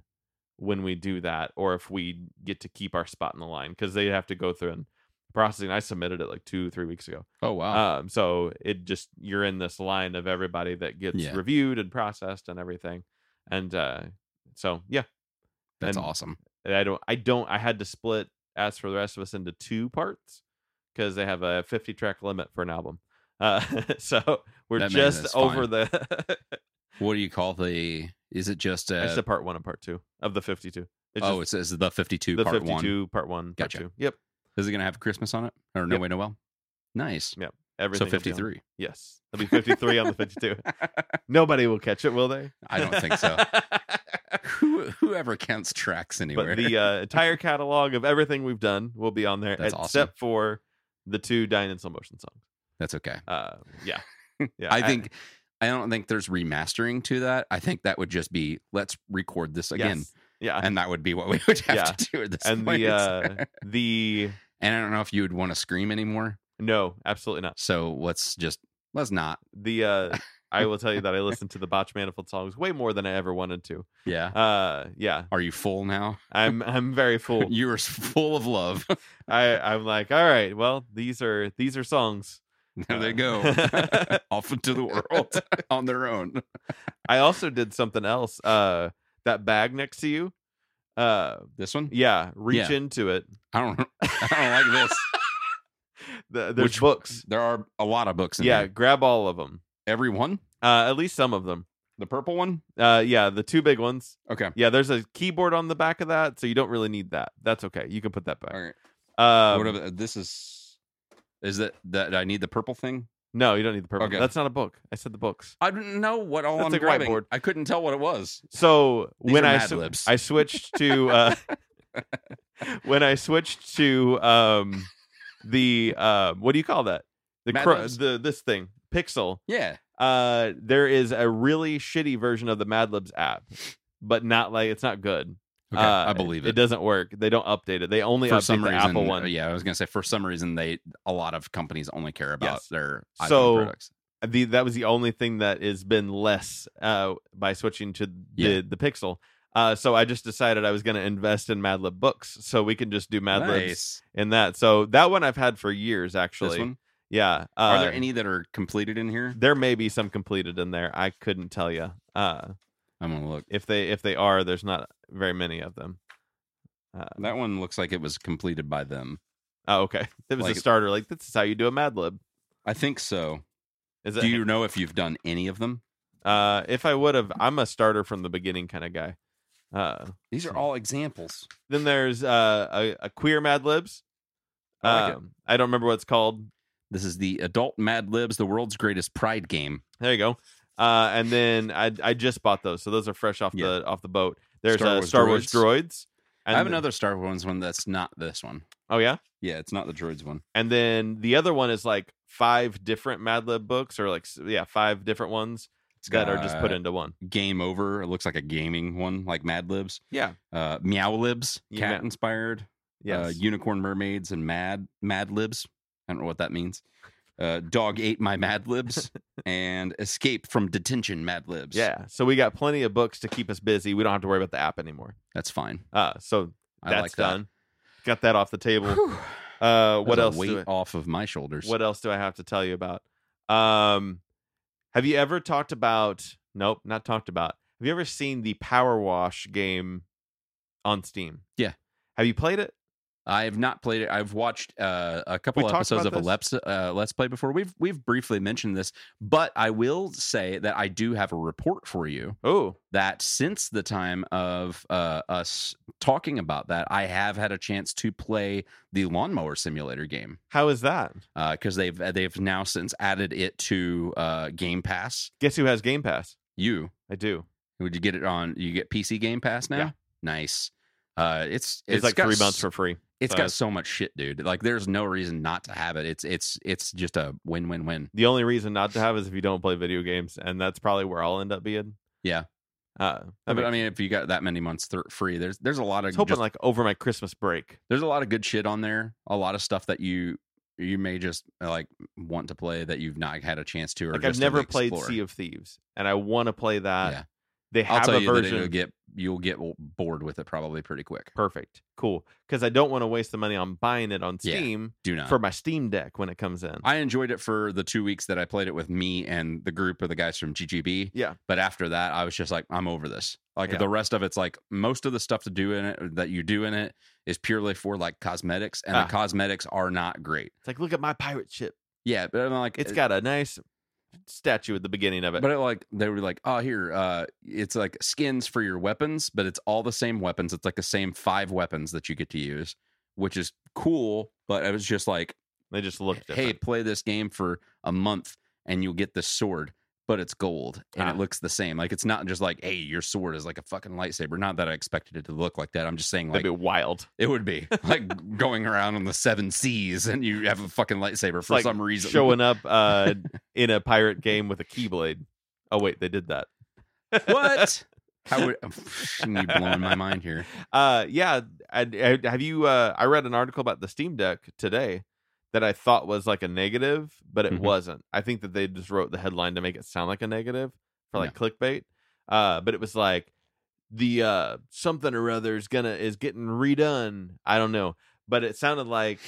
S3: when we do that or if we get to keep our spot in the line because they have to go through and processing. I submitted it like two, three weeks ago.
S2: Oh wow.
S3: Um, so it just you're in this line of everybody that gets
S2: Yeah.
S3: reviewed and processed and everything. And uh so yeah.
S2: That's
S3: and-
S2: awesome.
S3: And I don't I don't I had to split as for the rest of us into two parts because they have a 50 track limit for an album. Uh so we're
S2: That means it's
S3: just
S2: fine.
S3: over the
S2: What do you call the? Is it just a?
S3: it's the part 1 and part 2 of the 52. It's
S2: Uh, oh,
S3: just
S2: it's, it's the fifty-two
S3: the
S2: part
S3: 52
S2: one.
S3: part 1 part
S2: Gotcha.
S3: 2. Yep.
S2: Is it gonna have Christmas on it or No
S3: Yep.
S2: Way Noel? Nice.
S3: Everything
S2: so
S3: will be on-
S2: fifty-three.
S3: Yes. It'll be 53 on the 52. Nobody will catch it, will they?
S2: I don't think so. Who, whoever counts tracks anywhere.
S3: but the uh, entire catalog of everything we've done will be on there,
S2: That's awesome.
S3: except for the two Dine and Slow Motion songs.
S2: That's okay.
S3: Uh, yeah. Yeah.
S2: I think. I don't think there's remastering to that. I think that would just be let's record this again,
S3: yes. Yeah.
S2: and that would be what we would have
S3: Yeah.
S2: to do at this
S3: And
S2: point.
S3: the, uh, the,
S2: and I don't know if you would want to scream anymore.
S3: no, absolutely not.
S2: So let's just let's not.
S3: The, uh, I will tell you that I listened to the Botch Manifold songs way more than I ever wanted to.
S2: Yeah.
S3: Uh, yeah.
S2: Are you full now?
S3: I'm, I'm very full.
S2: You are full of love.
S3: I, I'm like, all right, well, these are, these are songs.
S2: There they go. Off into the world on their own.
S3: I also did something else. Uh, that bag next to you. Uh,
S2: This one?
S3: yeah, reach
S2: Yeah.
S3: into it.
S2: I don't I don't like this.
S3: The, there's
S2: Which-
S3: books.
S2: There are a lot of books in
S3: Yeah,
S2: here.
S3: grab all of them.
S2: Every one?
S3: Uh, at least some of them.
S2: The purple one?
S3: Uh, yeah, the two big ones.
S2: Okay.
S3: Yeah, there's a keyboard on the back of that, so you don't really need that. That's okay. You can put that
S2: All
S3: back.
S2: right.
S3: Um,
S2: what are the- uh, this is is that that I need the purple thing?
S3: No, you don't need the purple.
S2: Okay.
S3: That's not a book. I said the books.
S2: I didn't know what all
S3: That's
S2: I'm
S3: like
S2: grabbing.
S3: whiteboard.
S2: I couldn't tell what it was.
S3: So
S2: These
S3: when
S2: are
S3: I
S2: Mad
S3: sw-
S2: Libs.
S3: I switched to uh, when I switched to um, the uh, what do you call that? The
S2: Mad
S3: cro-
S2: Libs?
S3: the this thing pixel.
S2: Yeah.
S3: Uh, there is a really shitty version of the Mad Libs app, but not like it's not good.
S2: Okay.
S3: Uh,
S2: I believe
S3: It
S2: it.
S3: doesn't work. They don't update it. They only
S2: for
S3: update
S2: some
S3: the
S2: reason, uh,
S3: Apple one.
S2: yeah, I was gonna say for some reason they a lot of companies only care about
S3: Yes.
S2: their iPhone
S3: So-
S2: products.
S3: The, that was the only thing that has been less uh, by switching to the,
S2: Yeah.
S3: the Pixel. Uh, so I just decided I was going to invest in Mad Lib books, so we can just do Mad Libs
S2: nice.
S3: in that. So that one I've had for years, actually.
S2: This one.
S3: Yeah. Uh,
S2: Are there any that are completed in here?
S3: There may be some completed in there. I couldn't tell you. Uh,
S2: I'm gonna look.
S3: if they if they are, there's not very many of them. Uh,
S2: That one looks like it was completed by them.
S3: oh, okay. It was
S2: Like-
S3: a starter. Like this is how you do a Mad Lib.
S2: I think so.
S3: Is it?
S2: Do you know if you've done any of them?
S3: uh, if I would have, I'm a starter from the beginning kind of guy. Uh,
S2: These are all examples.
S3: then there's uh, a, a queer Mad Libs.
S2: I like it.
S3: Um, I don't remember what it's called.
S2: This is the Adult Mad Libs, the world's greatest pride game.
S3: There you go. Uh, and then I I just bought those, so those are fresh off the off the boat. There's
S2: Star
S3: uh,
S2: Wars
S3: Star Wars droids. And
S2: I have
S3: then-
S2: another Star Wars one that's not this one.
S3: Oh yeah,
S2: Yeah, it's not the droids one.
S3: and then the other one is like five different Mad Lib books, or like s- yeah, five different ones
S2: It's
S3: that are just put
S2: got
S3: into one.
S2: Uh, Game Over. It looks like a gaming one, like Mad Libs.
S3: Yeah,
S2: Uh, Meow Libs,
S3: Yeah.
S2: cat inspired.
S3: yes.
S2: Uh, Unicorn Mermaids and Mad Mad Libs. I don't know what that means. Uh, Dog ate my Mad Libs and Escape from Detention Mad Libs.
S3: yeah. So we got plenty of books to keep us busy. We don't have to worry about the app anymore.
S2: that's fine.
S3: Uh, so
S2: I
S3: that's
S2: like that.
S3: done. Got that off the table.
S2: Whew.
S3: Uh, what
S2: That's a
S3: else? do
S2: Weight
S3: I-
S2: off of my shoulders.
S3: What else do I have to tell you about? Um, have you ever talked about? Nope, not talked about. Have you ever seen the Power Wash game on Steam?
S2: Yeah.
S3: Have you played it?
S2: I have not played it. I've watched uh, a couple
S3: We talked
S2: episodes of
S3: about
S2: a Let's, uh, Let's Play before. We've we've briefly mentioned this, but I will say that I do have a report for you
S3: Oh,
S2: that since the time of uh, us talking about that, I have had a chance to play the Lawnmower Simulator game
S3: how is that?
S2: because they've they've now since added it to uh, Game Pass.
S3: Guess who has Game Pass?
S2: You
S3: I do.
S2: would you get it on? You get PC Game Pass now.
S3: Yeah.
S2: Nice. Uh, it's,
S3: It's, like
S2: got
S3: three months
S2: s-
S3: for free.
S2: It's
S3: So
S2: got
S3: it's-
S2: so much shit, dude. Like, there's no reason not to have it. It's it's it's just a win win win.
S3: The only reason not to have is if you don't play video games, and that's probably where I'll end up being.
S2: Yeah.
S3: Uh, I
S2: But
S3: mean,
S2: I mean, if you got that many months th- free, there's there's a lot
S3: I
S2: of
S3: was hoping
S2: just-
S3: like over my Christmas break.
S2: there's a lot of good shit on there. A lot of stuff that you you may just uh, like want to play that you've not had a chance to. Or
S3: Like I've
S2: just to
S3: never played
S2: explore.
S3: Sea of Thieves, and I want to play that.
S2: Yeah.
S3: They
S2: I'll
S3: have
S2: tell
S3: a
S2: you that
S3: version.
S2: it'll get you'll get bored with it probably pretty quick.
S3: Perfect. Cool. Because I don't want to waste the money on buying it on
S2: Yeah,
S3: Steam
S2: Do not.
S3: for my Steam Deck when it comes in.
S2: I enjoyed it for the two weeks that I played it with me and the group of the guys from GGB.
S3: Yeah.
S2: But after that, I was just like, I'm over this. Like
S3: Yeah.
S2: the rest of it's like most of the stuff to do in it that you do in it is purely for like cosmetics, and
S3: Ah.
S2: the cosmetics are not great.
S3: it's like, look at my pirate ship.
S2: Yeah, but I'm like,
S3: It's got a nice statue at the beginning of it.
S2: Uh, But it, like they were like, oh, here, uh, it's like skins for your weapons, but it's all the same weapons. It's like the same five weapons that you get to use, which is cool. But it was just like,
S3: they just look different.
S2: hey, play this game for a month and you'll get this sword, but it's gold and
S3: Ah.
S2: it looks the same. Like it's not just like, hey, your sword is like a fucking lightsaber. Not that I expected it to look like that. I'm just saying like
S3: that'd be wild.
S2: it would be like going around on the seven seas and you have a fucking lightsaber
S3: It's
S2: for
S3: like
S2: some reason.
S3: showing up uh, in a pirate game with a keyblade. Oh wait, they did that.
S2: what? How would you blowing my mind here?
S3: Uh, yeah. I, I, have you? Uh, I read an article about the Steam Deck today that I thought was like a negative, but it
S2: Mhm.
S3: wasn't. I think that they just wrote the headline to make it sound like a negative for like clickbait. Uh, but it was like the uh something or other is gonna is getting redone. I don't know, but it sounded like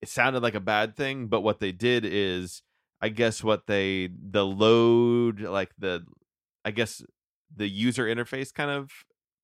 S3: it sounded like a bad thing. But what they did is, I guess what they the load like the, I guess the user interface kind of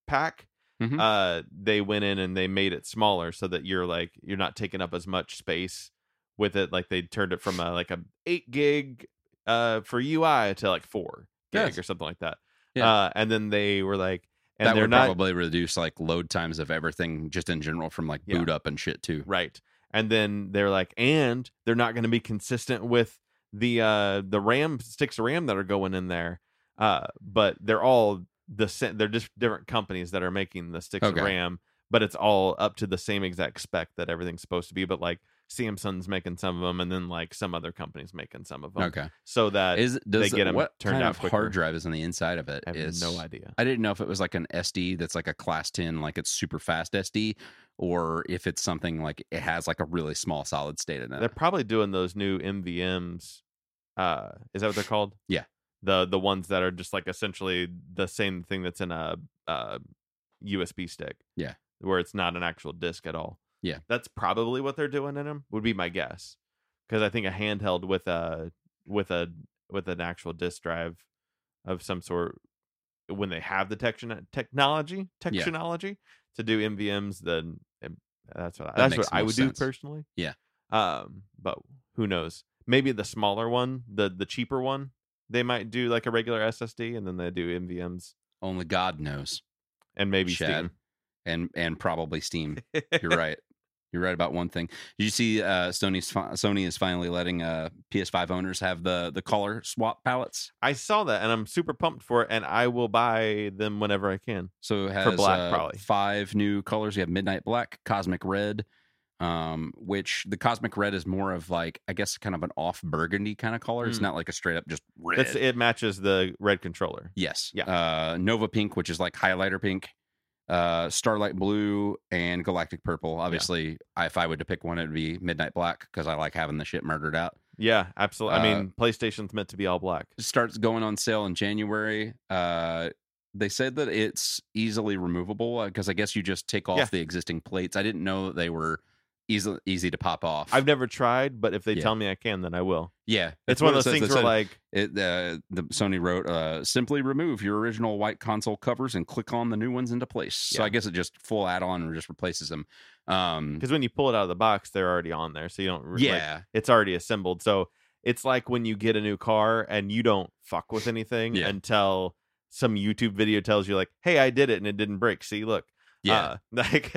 S3: pack
S2: Mhm.
S3: uh they went in and they made it smaller so that you're like you're not taking up as much space with it like they turned it from a, like a 8 gig uh for UI to like 4 gig
S2: Yes.
S3: or something like that
S2: Yeah.
S3: uh and then they were like and
S2: that
S3: they're
S2: would
S3: not
S2: probably reduce like load times of everything just in general from like
S3: Yeah.
S2: boot up and shit too.
S3: right and then they're like and they're not going to be consistent with the uh the ram sticks of ram that are going in there uh but they're all the sa- they're just different companies that are making the sticks
S2: Okay.
S3: of ram but it's all up to the same exact spec that everything's supposed to be but like samsung's making some of them and then like some other companies making some of them
S2: Okay.
S3: so that
S2: Is does
S3: get 'em
S2: what
S3: turned
S2: kind
S3: out
S2: of
S3: quicker.
S2: hard drive is on the inside of it?
S3: i have
S2: is-
S3: no idea
S2: I didn't know if it was like an SD that's like a class 10, like it's super fast SD, or if it's something like it has like a really small solid state in
S3: They're
S2: it.
S3: probably doing those new MVMs. Uh, is that what they're called?
S2: Yeah.
S3: The the ones that are just like essentially the same thing that's in a uh, USB stick.
S2: Yeah.
S3: Where it's not an actual disc at all.
S2: Yeah.
S3: That's probably what they're doing in them. Would be my guess. Cuz I think a handheld with a with a with an actual disc drive of some sort when they have the tection technology,
S2: Yeah.
S3: technology to do MVMs then um, that's what I,
S2: That
S3: that's
S2: makes
S3: what I
S2: more
S3: would
S2: sense.
S3: do personally.
S2: Yeah.
S3: Um but who knows? Maybe the smaller one, the the cheaper one, they might do like a regular SSD and then they do MVMs
S2: Only God knows.
S3: and maybe
S2: Chad.
S3: Steam.
S2: And and probably Steam. You're right. You're right about one thing. Did you see uh, Sony's fi- Sony is finally letting uh, PS5 owners have the the color swap palettes?
S3: I saw that and I'm super pumped for it, and I will buy them whenever I can.
S2: So it has
S3: black,
S2: uh,
S3: probably.
S2: five new colors. You have midnight black, cosmic red, um, which the cosmic red is more of like I guess kind of an off burgundy kind of color. It's
S3: Hmm.
S2: not like a straight up just red.
S3: That's it matches the red controller.
S2: Yes.
S3: Yeah.
S2: Uh, Nova Pink, which is like highlighter pink, uh, Starlight Blue, and Galactic Purple. Obviously, I if I were to pick one, it would be Midnight Black because I like having the shit murdered out.
S3: Yeah, absolutely. I
S2: Uh,
S3: mean, PlayStation's meant to be all black.
S2: It starts going on sale in January. Uh, they said that it's easily removable because I guess you just take off
S3: Yeah.
S2: the existing plates. I didn't know that they were easy easy to pop off.
S3: I've never tried, but if they
S2: Yeah.
S3: tell me I can, then I will.
S2: yeah,
S3: It's one
S2: what
S3: of
S2: it says.
S3: those things
S2: They
S3: where
S2: said-
S3: like
S2: It, uh, the Sony wrote, uh, simply remove your original white console covers and click on the new ones into place. So
S3: Yeah.
S2: I guess it just full add on or just replaces them. Um,
S3: because when you pull it out of the box, they're already on there, so you don't. re- like,
S2: yeah,
S3: it's already assembled. So it's like when you get a new car and you don't fuck with anything
S2: Yeah.
S3: until some YouTube video tells you like, "Hey, I did it and it didn't break. See, look."
S2: yeah,
S3: Uh, like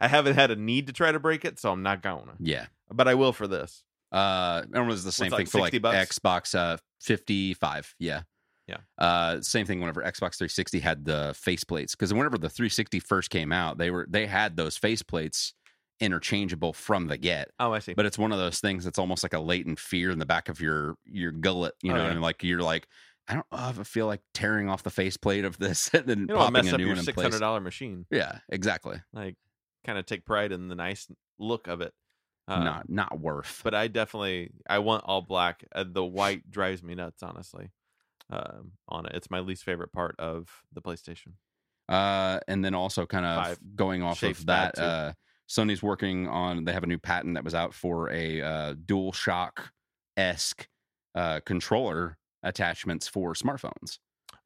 S3: I haven't had a need to try to break it, so I'm not gonna.
S2: yeah.
S3: But I will for this.
S2: Uh, I remember it's the same
S3: like,
S2: thing for like
S3: 60 bucks?
S2: Xbox uh, 55. Yeah.
S3: Yeah.
S2: Uh, same thing whenever Xbox 360 had the faceplates. Because whenever the 360 first came out, they were they had those faceplates interchangeable from the get.
S3: Oh, I see.
S2: but it's one of those things that's almost like a latent fear in the back of your your gullet you
S3: Oh,
S2: know
S3: yeah.
S2: and like you're like i don't know if i feel like tearing off the faceplate of this and then
S3: you don't wanna
S2: popping
S3: mess
S2: a
S3: up
S2: new
S3: your
S2: one in
S3: six
S2: place
S3: hundred dollar machine.
S2: yeah exactly
S3: Like, kind of take pride in the nice look of it. Uh,
S2: not not worth
S3: But I definitely I want all black. Uh, the white drives me nuts, honestly. Um, on it, it's my least favorite part of the PlayStation.
S2: uh and then also kind of
S3: Five.
S2: going off
S3: Shapes
S2: of
S3: bad,
S2: that
S3: too.
S2: uh sony's working on they have a new patent that was out for a uh dual shock esque uh controller attachments for smartphones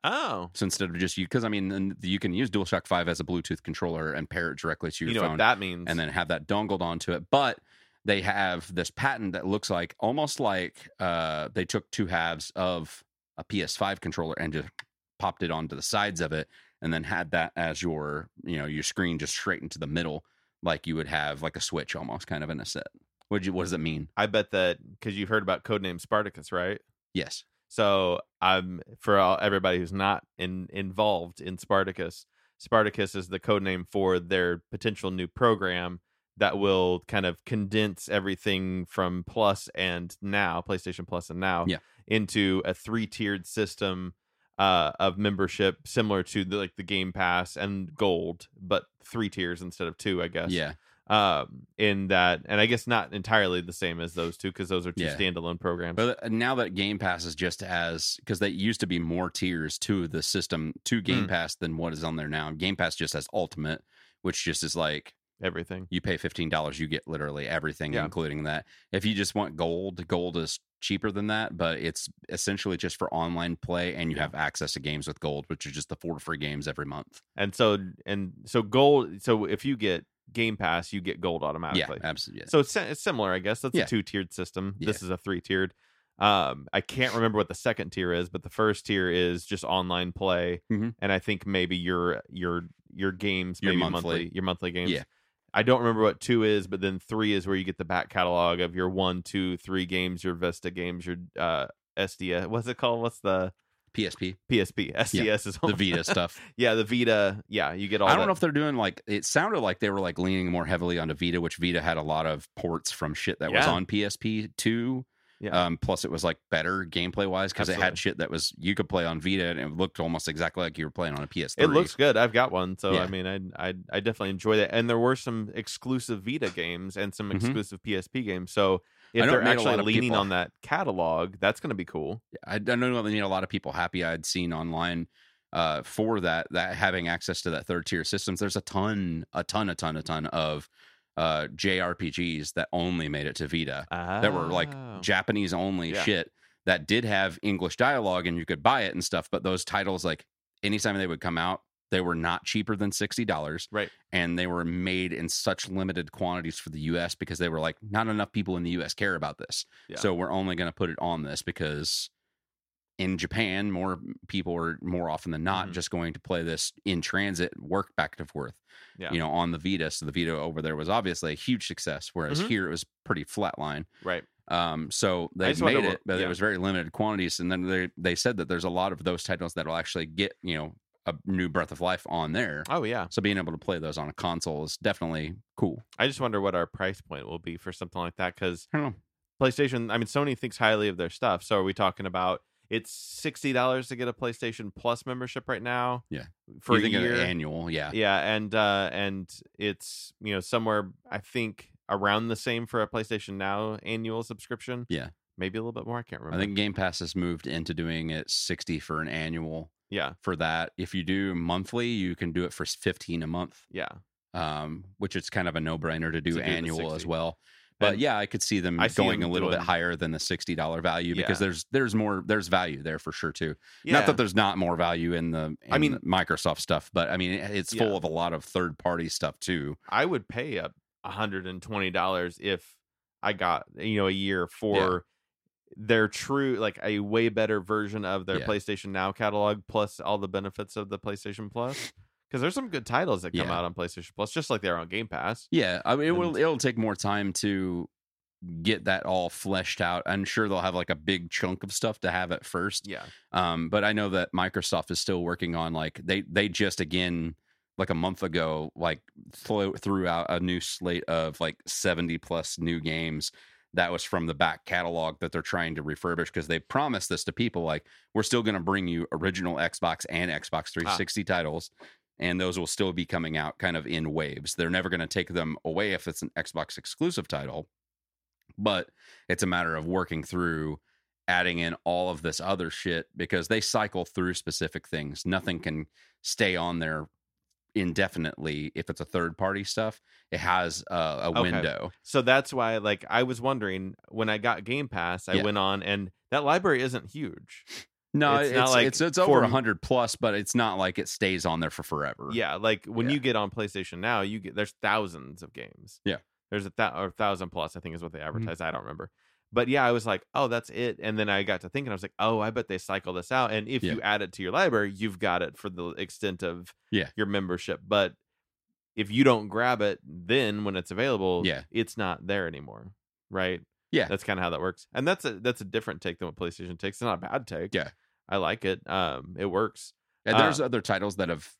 S3: Oh,
S2: so instead of just you because i mean and you can use dualshock 5 as a bluetooth controller and pair it directly to your
S3: you know
S2: phone
S3: what that means.
S2: and then have that dongled onto it. But they have this patent that looks like almost like uh, they took two halves of a PS5 controller and just popped it onto the sides of it, and then had that as your you know your screen just straight into the middle, like you would have like a Switch almost kind of in a set. What you what does it mean?
S3: I bet that because you've heard about Codename Spartacus, right?
S2: Yes,
S3: So I'm for all, everybody who's not in, involved in Spartacus. Spartacus is the code name for their potential new program that will kind of condense everything from Plus and now PlayStation Plus and now
S2: Yeah.
S3: into a three tiered system uh, of membership similar to the, like the Game Pass and Gold, but three tiers instead of two, I guess
S2: yeah,
S3: um in that and i guess not entirely the same as those two because those are two
S2: Yeah.
S3: standalone programs
S2: but uh, now that Game Pass is just as because they used to be more tiers to the system to Game
S3: Mm.
S2: Pass than what is on there now. Game Pass just has Ultimate, which just is like
S3: everything
S2: you pay fifteen dollars, you get literally everything,
S3: Yeah.
S2: including that. If you just want gold, gold is cheaper than that, but it's essentially just for online play, and you
S3: Yeah.
S2: have access to games with gold, which are just the four free games every month.
S3: and so and so gold so if you get game pass you get gold
S2: Yeah,
S3: automatically
S2: absolutely.
S3: so it's, si- it's similar i guess that's
S2: Yeah.
S3: a two-tiered system
S2: Yeah.
S3: this is a three-tiered um i can't remember what the second tier is but the first tier is just online play
S2: Mhm.
S3: and i think maybe your your your games
S2: Your
S3: maybe
S2: monthly.
S3: your monthly games
S2: Yeah.
S3: I don't remember what two is, but then three is where you get the back catalog of your one, two, three games, your Vesta games, your uh, SDS. What's it called? What's the
S2: PSP,
S3: PSP? SDS is
S2: the Vita stuff.
S3: Yeah, the Vita. Yeah, you get all.
S2: I don't
S3: that.
S2: know if they're doing like it sounded like they were like leaning more heavily onto Vita, which Vita had a lot of ports from shit that was
S3: Yeah.
S2: on PSP two.
S3: Yeah.
S2: Um, plus, it was like better gameplay wise because it
S3: Absolutely.
S2: had shit that was you could play on Vita and it looked almost exactly like you were playing on a PS3.
S3: It looks good. I've got one, so
S2: Yeah.
S3: I mean, I I I definitely enjoy that. And there were some exclusive Vita games and some
S2: Mhm.
S3: exclusive PSP games. So
S2: I
S3: if
S2: know it
S3: they're
S2: made a lot
S3: actually
S2: of
S3: leaning
S2: people-
S3: on that catalog, that's going to be cool.
S2: I I don't know that they need a lot of people happy. I'd seen online uh, for that that having access to that third tier systems, there's a ton, a ton, a ton, a ton of uh, JRPGs that only made it to Vita that were like
S3: Oh.
S2: Japanese only
S3: Yeah.
S2: shit that did have English dialogue and you could buy it and stuff. But those titles, like anytime they would come out, they were not cheaper than sixty dollars,
S3: Right.
S2: And they were made in such limited quantities for the U.S. because they were like, not enough people in the U.S. care about this,
S3: Yeah.
S2: so we're only going to put it on this because in Japan, more people are more often than not
S3: Mhm.
S2: just going to play this in transit, work back and forth,
S3: Yeah.
S2: you know, on the Vita. So the Vita over there was obviously a huge success, whereas
S3: Mhm.
S2: here it was pretty flatline.
S3: right.
S2: Um, so they
S3: just wanted
S2: made
S3: to-
S2: it, but
S3: yeah.
S2: it was very limited quantities. And then they they said that there's a lot of those titles that will actually get you know a new Breath of Life on there.
S3: Oh yeah.
S2: So being able to play those on a console is definitely cool.
S3: I just wonder what our price point will be for something like that because
S2: I don't know.
S3: PlayStation. I mean, Sony thinks highly of their stuff. So are we talking about it's sixty dollars to get a PlayStation Plus membership right now?
S2: Yeah.
S3: For
S2: You
S3: a
S2: think of
S3: year.
S2: annual, yeah.
S3: yeah and uh and it's you know somewhere i think around the same for a playstation now annual subscription
S2: Yeah.
S3: maybe a little bit more i can't
S2: I
S3: remember
S2: think Game Pass has moved into doing it sixty for an annual
S3: yeah
S2: for that. If you do monthly, you can do it for fifteen a month.
S3: yeah
S2: um, which it's kind of a no brainer to do
S3: do the
S2: annual
S3: 60.
S2: as well. But
S3: And
S2: yeah, I could see them
S3: I see
S2: going
S3: them
S2: a little bit
S3: doing-
S2: higher than the sixty dollar value because
S3: Yeah.
S2: there's there's more there's value there for sure too.
S3: yeah
S2: Not that there's not more value in the
S3: I
S2: in
S3: mean-
S2: the Microsoft stuff, but I mean it- it's
S3: Yeah.
S2: full of a lot of third party stuff too.
S3: i would pay up $120 if i got you know a year for their true like a way better version of their
S2: Yeah.
S3: playstation now catalog plus all the benefits of the playstation plus because there's some good titles that come
S2: Yeah.
S3: out on playstation plus just like they're on game pass
S2: Yeah, I mean it will
S3: And-
S2: it'll take more time to get that all fleshed out. I'm sure they'll have like a big chunk of stuff to have at first,
S3: yeah
S2: Um, but I know that Microsoft is still working on like they they just again like a month ago like threw, threw out a new slate of like seventy plus new games that was from the back catalog that they're trying to refurbish because they promised this to people like we're still going to bring you original Xbox and Xbox 360 titles and those will still be coming out kind of in waves. They're never going to take them away if it's an Xbox exclusive title, but it's a matter of working through adding in all of this other shit because they cycle through specific things. Nothing can stay on there indefinitely if it's a third party stuff. It has a, a
S3: Okay.
S2: window.
S3: So that's why, like, I was wondering when I got Game Pass, I
S2: Yeah.
S3: went on, and that library isn't huge.
S2: No,
S3: It's
S2: it's
S3: not
S2: it's,
S3: like
S2: it's, it's over
S3: for-
S2: 100 plus, but it's not like it stays on there for forever.
S3: Yeah, like when
S2: Yeah.
S3: you get on PlayStation now, you get there's thousands of games.
S2: Yeah. Mm-hmm.
S3: there's a thou- or thousand plus, I think is what they advertise. I don't remember, but yeah, I was like, oh, that's it. And then I got to thinking, I was like, oh, I bet they cycle this out, and if
S2: Yeah.
S3: you add it to your library, you've got it for the extent of
S2: Yeah.
S3: your membership, but. If you don't grab it, then when it's available,
S2: Yeah.
S3: it's not there anymore, right?
S2: Yeah.
S3: that's kind of how that works and that's a that's a different take than what playstation takes it's not a bad take
S2: Yeah.
S3: i like it um it works
S2: And
S3: Uh,
S2: there's other titles that have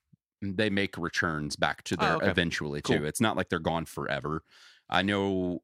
S2: mm, they make returns back to their
S3: Oh, okay.
S2: eventually
S3: Cool.
S2: too. It's not like they're gone forever. I know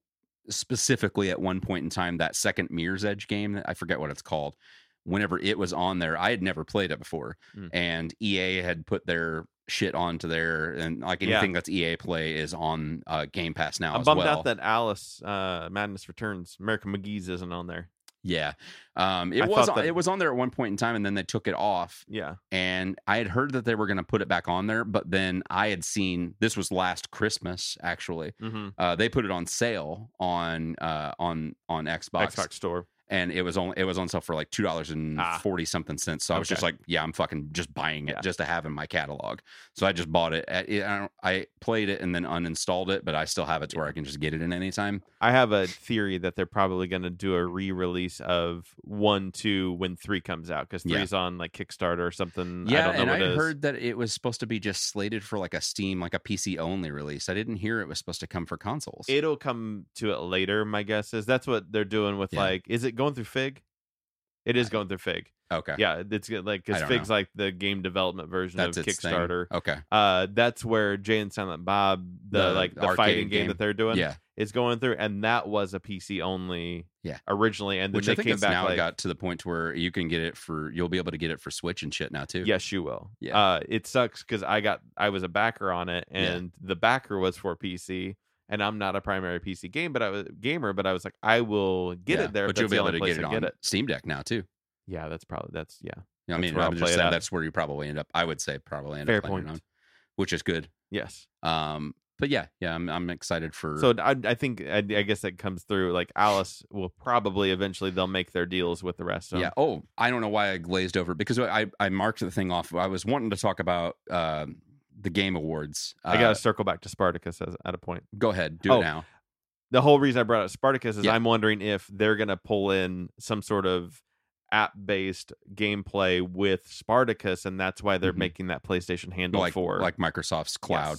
S2: specifically at one point in time that second Mirror's Edge game, I forget what it's called. Whenever it was on there, I had never played it before,
S3: Mm.
S2: and EA had put their shit onto there, and like
S3: Yeah.
S2: anything that's EA play is on uh, Game Pass now.
S3: i'm
S2: as
S3: bummed
S2: well.
S3: out that alice uh madness returns america mcgee's isn't on there
S2: yeah, um, it
S3: I
S2: was
S3: thought that-
S2: it was on there at one point in time, and then they took it off,
S3: yeah
S2: and I had heard that they were going to put it back on there, but then I had seen this was last Christmas actually.
S3: hmm
S2: Uh, they put it on sale on uh, on on Xbox,
S3: xbox store
S2: and it was only it was on sale for like two dollars and forty something cents. So I was just like, yeah, I'm fucking just buying it
S3: Yeah.
S2: just to have in my catalog. So I just bought it. At, it I, don't, I played it and then uninstalled it, but I still have it to where I can just get it in any time.
S3: i have a theory that they're probably going to do a re-release of one two when three comes out because
S2: Yeah.
S3: three's on like kickstarter or something
S2: Yeah,
S3: i don't know
S2: and
S3: what
S2: I
S3: it is.
S2: heard that it was supposed to be just slated for like a Steam, like a PC only release. I didn't hear it was supposed to come for consoles.
S3: it'll come to it later my guess is that's what they're doing with
S2: Yeah.
S3: like is it going through fig it is going through fig
S2: okay.
S3: yeah it's good like
S2: I
S3: because
S2: don't
S3: fig's like the game development version
S2: its
S3: of
S2: thing.
S3: kickstarter
S2: Okay.
S3: uh that's where jay and silent bob the,
S2: The
S3: like the
S2: arcade
S3: fighting game,
S2: game.
S3: that they're doing
S2: yeah.
S3: is going through and that was a pc only
S2: Yeah.
S3: originally and then
S2: Which
S3: they
S2: I think
S3: came
S2: it's
S3: back
S2: now
S3: like,
S2: got to the point where you can get it for you'll be able to get it for Switch and shit now too.
S3: yes you will
S2: Yeah.
S3: uh it sucks because i got i was a backer on it
S2: Yeah.
S3: and the backer was for pc and i'm not a primary pc game but i was gamer but i was like i will get
S2: Yeah,
S3: it there
S2: But
S3: if
S2: you'll be
S3: that's the
S2: able
S3: only
S2: to get
S3: place
S2: it
S3: I
S2: on Steam Deck now too.
S3: yeah that's probably that's yeah
S2: I mean,
S3: where I'll
S2: I'm
S3: play
S2: just
S3: it
S2: saying
S3: at.
S2: that's where you probably end up. I would say probably end
S3: Fair
S2: up playing it
S3: point.
S2: on, which is good.
S3: Yes.
S2: Um, but yeah, yeah, I'm I'm excited for.
S3: So I, I think I, I guess that comes through. Like Alice will probably eventually they'll make their deals with the rest of
S2: yeah.
S3: them.
S2: Oh, I don't know why I glazed over it because I I marked the thing off. I was wanting to talk about uh, the game awards. Uh,
S3: I gotta circle back to Spartacus as, at a point.
S2: go ahead, do
S3: Oh.
S2: it now.
S3: The whole reason I brought up Spartacus is
S2: Yeah.
S3: I'm wondering if they're gonna pull in some sort of app based gameplay with Spartacus, and that's why they're
S2: Mhm.
S3: making that PlayStation handle
S2: Like
S3: for
S2: like Microsoft's cloud.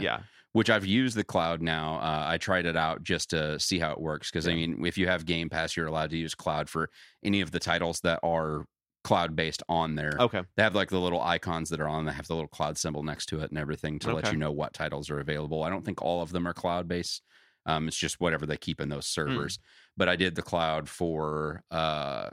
S2: Yeah.
S3: yeah.
S2: which I've used the cloud now. Uh, I tried it out just to see how it works because I
S3: Yeah.
S2: mean, if you have Game Pass, you're allowed to use cloud for any of the titles that are cloud based on there.
S3: Okay.
S2: They have like the little icons that are on. They have the little cloud symbol next to it and everything to let
S3: Okay.
S2: you know what titles are available. I don't think all of them are cloud based. Um, it's just whatever they keep in those
S3: Hmm.
S2: servers. But I did the cloud for uh,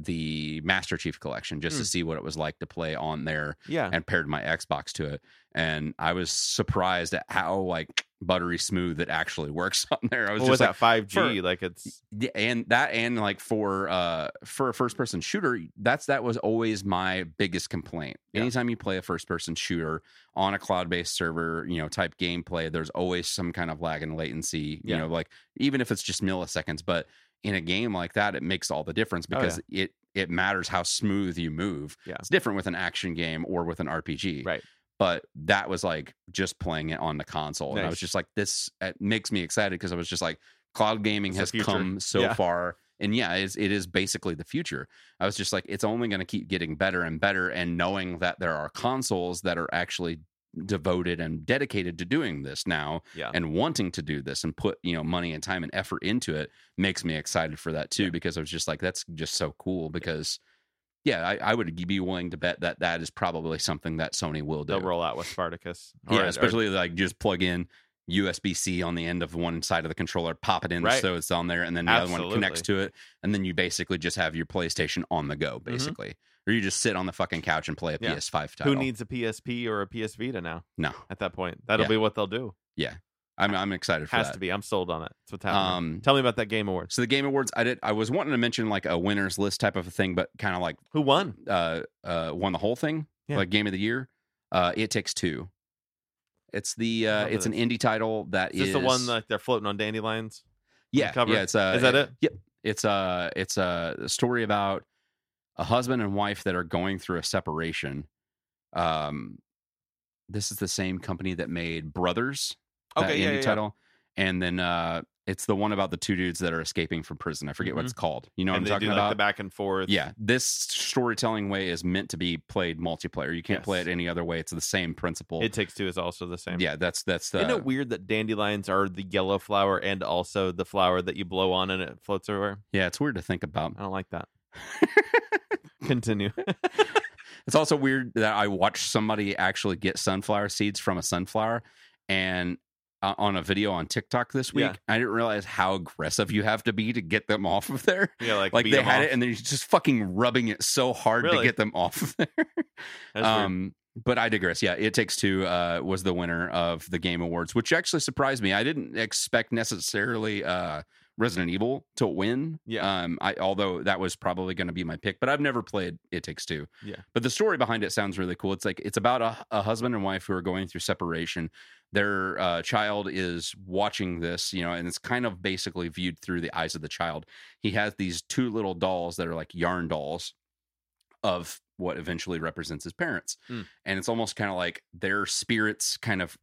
S2: the Master Chief Collection just to see what it was like to play on there
S3: Hmm. Yeah.
S2: and paired my Xbox to it. And I was surprised at how like buttery smooth it actually works on there. I was
S3: What was
S2: just like,
S3: that five G?
S2: for-
S3: Like it's
S2: yeah, and that and like for uh for a first person shooter that's that was always my biggest complaint
S3: Yeah.
S2: anytime you play a first person shooter on a cloud-based server you know type gameplay there's always some kind of lag and latency you
S3: Yeah.
S2: know like even if it's just milliseconds but in a game like that it makes all the difference
S3: Oh, yeah.
S2: because it it matters how smooth you move
S3: Yeah.
S2: it's different with an action game or with an rpg
S3: Right.
S2: but that was like just playing it on the console and i
S3: Nice.
S2: was just like this it makes me excited because i was just like cloud gaming
S3: It's the
S2: has
S3: future.
S2: come so
S3: Yeah.
S2: far and yeah it's, it is basically the future i was just like it's only going to keep getting better and better and knowing that there are consoles that are actually devoted and dedicated to doing this now
S3: Yeah.
S2: and wanting to do this and put you know money and time and effort into it makes me excited for that too because i was just like that's just so cool because yeah I, I would be willing to bet that that is probably something that sony will do
S3: they'll roll out with Spartacus.
S2: yeah, especially like just plug in USB C on the end of one side of the controller, pop it in
S3: Right.
S2: so it's on there, and then the other one connects to it, and then you basically just have your PlayStation on the go, basically, or you just sit on the fucking couch and play a
S3: Mm-hmm. Yeah.
S2: PS5 title.
S3: who needs a PSP or a PS Vita now?
S2: No,
S3: At that point, that'll
S2: Yeah.
S3: be what they'll do.
S2: I'm I'm excited for
S3: Has
S2: that.
S3: to be. I'm sold on it. That's what's happening.
S2: Um,
S3: Tell me about that Game Awards.
S2: So the Game Awards, I did. I was wanting to mention like a winners list type of a thing, but kind of like
S3: Who won?
S2: uh uh won the whole thing,
S3: Yeah.
S2: like Game of the Year. Uh, it takes two. It's the uh,
S3: Remember
S2: it's an indie title that
S3: Is this the one
S2: is-
S3: that they're floating on dandelions? the
S2: yeah
S3: cover?
S2: yeah it's uh
S3: Is that it?
S2: Yep. It's a it's a story about a husband and wife that are going through a separation. Um, this is the same company that made Brothers, that
S3: Okay,
S2: indie
S3: yeah, yeah, yeah.
S2: title, and then uh, it's the one about the two dudes that are escaping from prison. I forget what
S3: Mhm.
S2: it's called. You know
S3: and
S2: what
S3: they
S2: I'm talking
S3: do like
S2: about?
S3: the back and forth.
S2: yeah, this storytelling way is meant to be played multiplayer. You can't play
S3: Yes.
S2: it any other way. It's the same principle.
S3: It takes two is also the same.
S2: yeah, that's that's the
S3: Isn't it weird that dandelions are the yellow flower and also the flower that you blow on and it floats everywhere?
S2: yeah. It's weird to think about.
S3: I don't like that. Continue.
S2: It's also weird that I watched somebody actually get sunflower seeds from a sunflower and uh, on a video on TikTok this week.
S3: Yeah.
S2: I didn't realize how aggressive you have to be to get them off of there.
S3: yeah, like,
S2: Like
S3: beat
S2: they
S3: 'em
S2: had
S3: off.
S2: it and they're just fucking rubbing it so hard to
S3: Really?
S2: get them off of there.
S3: That's weird.
S2: Um, but I digress. Yeah, It Takes Two uh, was the winner of the Game Awards, which actually surprised me. I didn't expect necessarily uh, Resident Evil to win.
S3: Yeah.
S2: Um, I although that was probably going to be my pick, but I've never played It Takes Two.
S3: Yeah.
S2: But the story behind it sounds really cool. It's like it's about a, a husband and wife who are going through separation. Their uh, child is watching this, you know, and it's kind of basically viewed through the eyes of the child. He has these two little dolls that are like yarn dolls of what eventually represents his parents.
S3: Mm.
S2: And it's almost kind of like their spirits kind of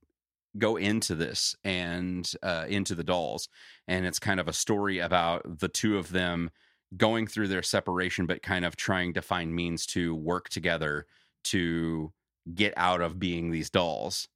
S2: go into this and uh, into the dolls. And it's kind of a story about the two of them going through their separation, but kind of trying to find means to work together to get out of being these dolls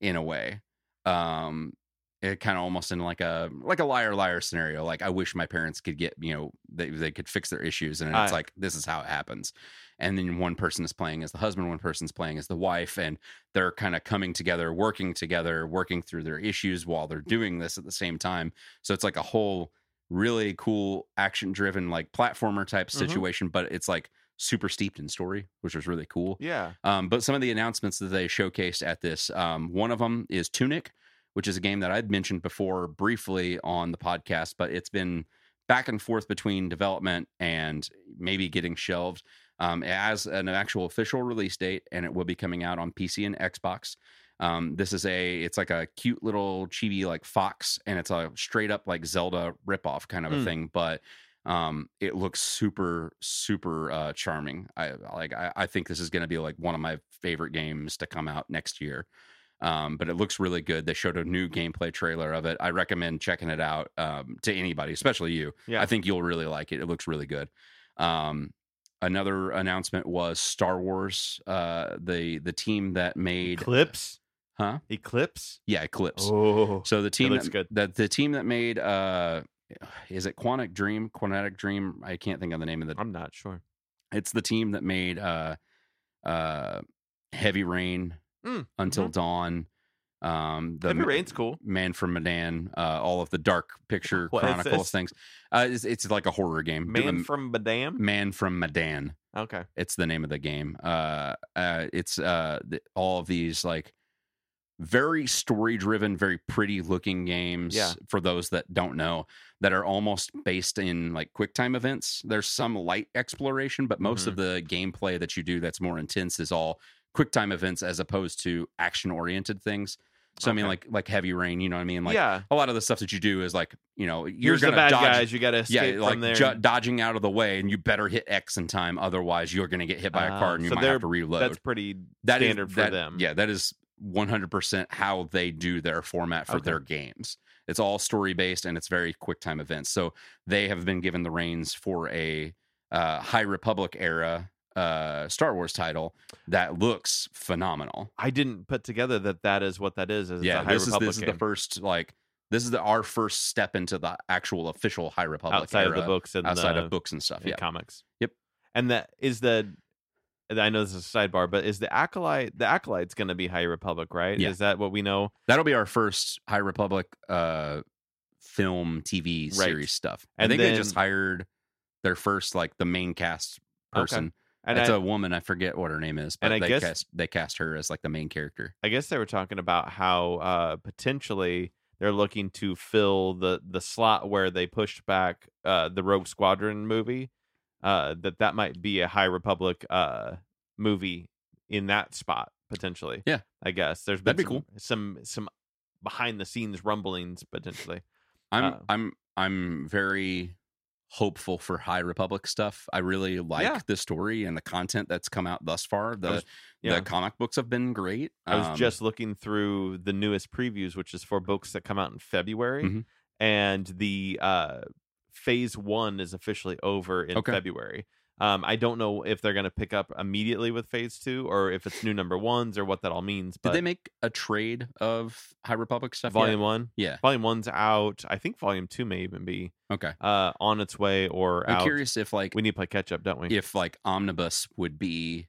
S2: in a way. Um, it kind of almost in like a like a liar liar scenario. Like I wish my parents could get you know they they could fix their issues, and it's
S3: I-
S2: like this is how it happens. And then one person is playing as the husband, one person's playing as the wife, and they're kind of coming together, working together, working through their issues while they're doing this at the same time. So it's like a whole really cool action driven like platformer type
S3: Mhm.
S2: situation, but it's like super steeped in story, which was really cool.
S3: yeah.
S2: Um, but some of the announcements that they showcased at this, um, one of them is Tunic, which is a game that I'd mentioned before briefly on the podcast, but it's been back and forth between development and maybe getting shelved. um, it has an actual official release date, and it will be coming out on PC and Xbox. Um, this is a it's like a cute little chibi like fox, and it's a straight up like Zelda ripoff kind of a
S3: Hmm.
S2: thing, but um, it looks super super uh, charming. I like I, I think this is going to be like one of my favorite games to come out next year. Um, but it looks really good. They showed a new gameplay trailer of it. I recommend checking it out um, to anybody, especially you.
S3: Yeah.
S2: I think you'll really like it. It looks really good. Um, another announcement was Star Wars. Uh, the the team that made
S3: Eclipse,
S2: huh?
S3: Eclipse.
S2: Yeah, Eclipse.
S3: Oh,
S2: So the team
S3: looks
S2: that,
S3: good.
S2: that the team that made uh, is it Quantic Dream? Quantic Dream. I can't think of the name of the.
S3: I'm not sure.
S2: It's the team that made uh, uh, Heavy Rain,
S3: Mm,
S2: Until
S3: mhm.
S2: Dawn. Um, the
S3: Heavy
S2: ma-
S3: Rain's cool.
S2: Man from Medan, uh, all of the Dark Picture
S3: What is
S2: Chronicles
S3: this?
S2: things. Uh, it's, it's like a horror game.
S3: Man
S2: Um,
S3: from Badam.
S2: Man from Medan.
S3: Okay.
S2: It's the name of the game. Uh, uh, it's uh, th- all of these like very story driven, very pretty looking games.
S3: Yeah.
S2: For those that don't know, that are almost based in like QuickTime events. There's some light exploration, but most of
S3: Mm-hmm.
S2: the gameplay that you do that's more intense is all QuickTime events as opposed to action oriented things. So I mean,
S3: Okay.
S2: like like heavy rain. You know what I mean? Like
S3: yeah.
S2: a lot of the stuff that you do is like you know you're
S3: Here's the
S2: gonna
S3: bad
S2: dodge
S3: guys. You got to escape
S2: yeah, like
S3: from there.
S2: ju- dodging out of the way, and you better hit X in time. Otherwise, you're going to get hit by a
S3: Ah,
S2: car, and you
S3: so
S2: might
S3: they're-
S2: have to reload.
S3: That's pretty
S2: That is-
S3: standard for
S2: that-
S3: them.
S2: Yeah, that is 100 percent how they do their format for
S3: Okay.
S2: their games. It's all story based, and it's very quick time events. So they have been given the reins for a uh, High Republic era uh, Star Wars title that looks phenomenal.
S3: I didn't put together that that is what that is. is it's a
S2: yeah,
S3: High
S2: this is
S3: Republic
S2: this is the
S3: game
S2: first like this is the, our first step into the actual official High Republic
S3: outside of
S2: era,
S3: the books and
S2: outside
S3: the,
S2: of books and stuff.
S3: and
S2: Yeah,
S3: comics.
S2: Yep.
S3: And that is the. and I know this is a sidebar, but is the acolyte the acolyte's going to be High Republic, right?
S2: Yeah.
S3: Is that what we know?
S2: That'll be our first High Republic uh film TV
S3: Right.
S2: series stuff. I
S3: And
S2: think they
S3: then-
S2: just hired their first like the main cast
S3: Okay.
S2: person.
S3: And
S2: it's
S3: I,
S2: a woman, I forget what her name is, but
S3: and I
S2: they
S3: guess-
S2: cast they cast her as like the main character.
S3: I guess they were talking about how uh, potentially they're looking to fill the the slot where they pushed back uh, the Rogue Squadron movie. Uh, that that might be a High Republic uh, movie in that spot potentially.
S2: Yeah.
S3: I guess there's been
S2: That'd be
S3: some, some some behind the scenes rumblings potentially.
S2: I'm
S3: Uh,
S2: I'm I'm very hopeful for High Republic stuff. I really like
S3: Yeah.
S2: the story and the content that's come out thus far. The
S3: was- yeah.
S2: the comic books have been great.
S3: I was
S2: Um,
S3: just looking through the newest previews, which is for books that come out in February,
S2: Mhm.
S3: and the uh, phase one is officially over in
S2: Okay.
S3: February. Um, I don't know if they're going to pick up immediately with phase two, or if it's new number ones, or what that all means. But
S2: did they make a trade of High Republic stuff? yet?
S3: volume one,
S2: Yeah.
S3: volume one's out. I think volume two may even be
S2: Okay.
S3: uh, on its way or
S2: I'm
S3: out.
S2: curious if like
S3: We need to play catch up, don't we?
S2: if like omnibus would be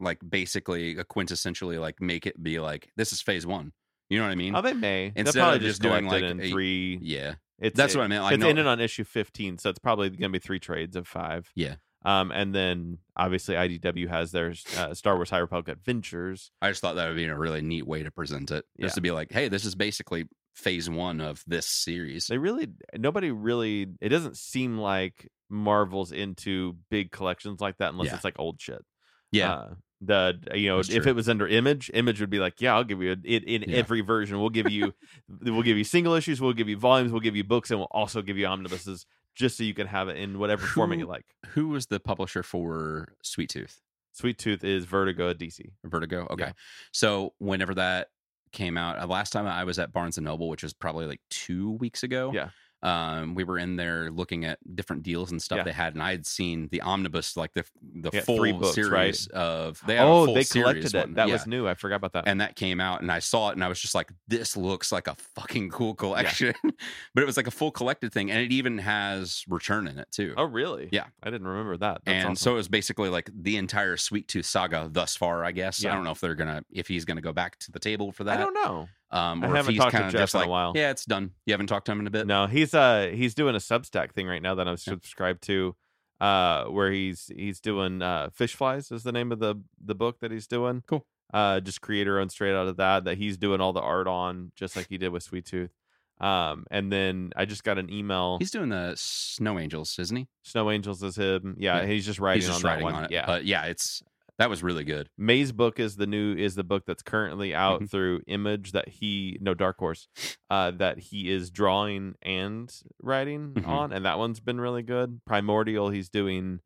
S2: like basically a quintessentially like make it be like this is phase one you know what i mean
S3: Oh, they may. They'll
S2: Instead of
S3: probably
S2: just doing,
S3: collect it
S2: like,
S3: in
S2: a-
S3: three.
S2: yeah
S3: It's
S2: that's
S3: it-
S2: what i meant like
S3: it's
S2: no,
S3: ended on issue 15 so it's probably going to be three trades of five
S2: Yeah.
S3: um and then obviously idw has their uh, star wars high republic adventures
S2: i just thought that would be a really neat way to present it just
S3: Yeah.
S2: to be like hey this is basically phase one of this series
S3: they really nobody really it doesn't seem like marvel's into big collections like that unless
S2: Yeah.
S3: it's like old shit
S2: yeah
S3: uh, the you know
S2: That's
S3: if
S2: true.
S3: it was under image image would be like yeah i'll give you it it in
S2: Yeah.
S3: every version we'll give you we'll give you single issues we'll give you volumes we'll give you books and we'll also give you omnibuses just so you can have it in whatever format you
S2: Who-
S3: like
S2: who was the publisher for sweet tooth
S3: sweet tooth is vertigo at dc
S2: Vertigo. Okay.
S3: Yeah.
S2: So whenever that came out, uh, last time I was at Barnes and Noble, which was probably like two weeks ago.
S3: Yeah.
S2: Um, we were in there looking at different deals and stuff
S3: Yeah.
S2: they had, and I had seen the omnibus, like the the
S3: Yeah,
S2: full
S3: three books,
S2: series
S3: right?
S2: of. They had a
S3: oh,
S2: full
S3: they
S2: series
S3: collected
S2: one.
S3: it. That
S2: Yeah.
S3: was new. I forgot about that.
S2: And that came out, and I saw it, and I was just like, "This looks like a fucking cool collection," but it was like a full collected thing, and it even has return in it too.
S3: oh, really?
S2: Yeah.
S3: I didn't remember that. That's
S2: and
S3: awesome.
S2: so it was basically like the entire Sweet Tooth saga thus far, I guess. I
S3: Yeah.
S2: don't know if they're gonna if he's gonna go back to the table for that.
S3: I don't know.
S2: um,
S3: I
S2: or if
S3: haven't
S2: he's
S3: talked to
S2: kind of
S3: Jeff
S2: just
S3: in a
S2: like,
S3: while.
S2: yeah, it's done. You haven't talked to him in a bit.
S3: No, he's uh he's doing a Substack thing right now that I'm subscribed to, uh, where he's he's doing uh fish flies is the name of the the book that he's doing.
S2: Cool.
S3: Uh, just creator owned straight out of that that he's doing all the art on just like he did with Sweet Tooth. Um, and then I just got an email.
S2: He's doing the Snow Angels, isn't he?
S3: Snow Angels is him. Yeah,
S2: Yeah.
S3: he's just writing
S2: He's
S3: on
S2: just
S3: that
S2: writing
S3: one.
S2: on it.
S3: Yeah,
S2: But yeah, it's that was really good.
S3: May's book is the new is the book that's currently out
S2: Mhm.
S3: through Image that he no Dark Horse uh, that he is drawing and writing
S2: Mhm.
S3: on, and that one's been really good. Primordial he's doing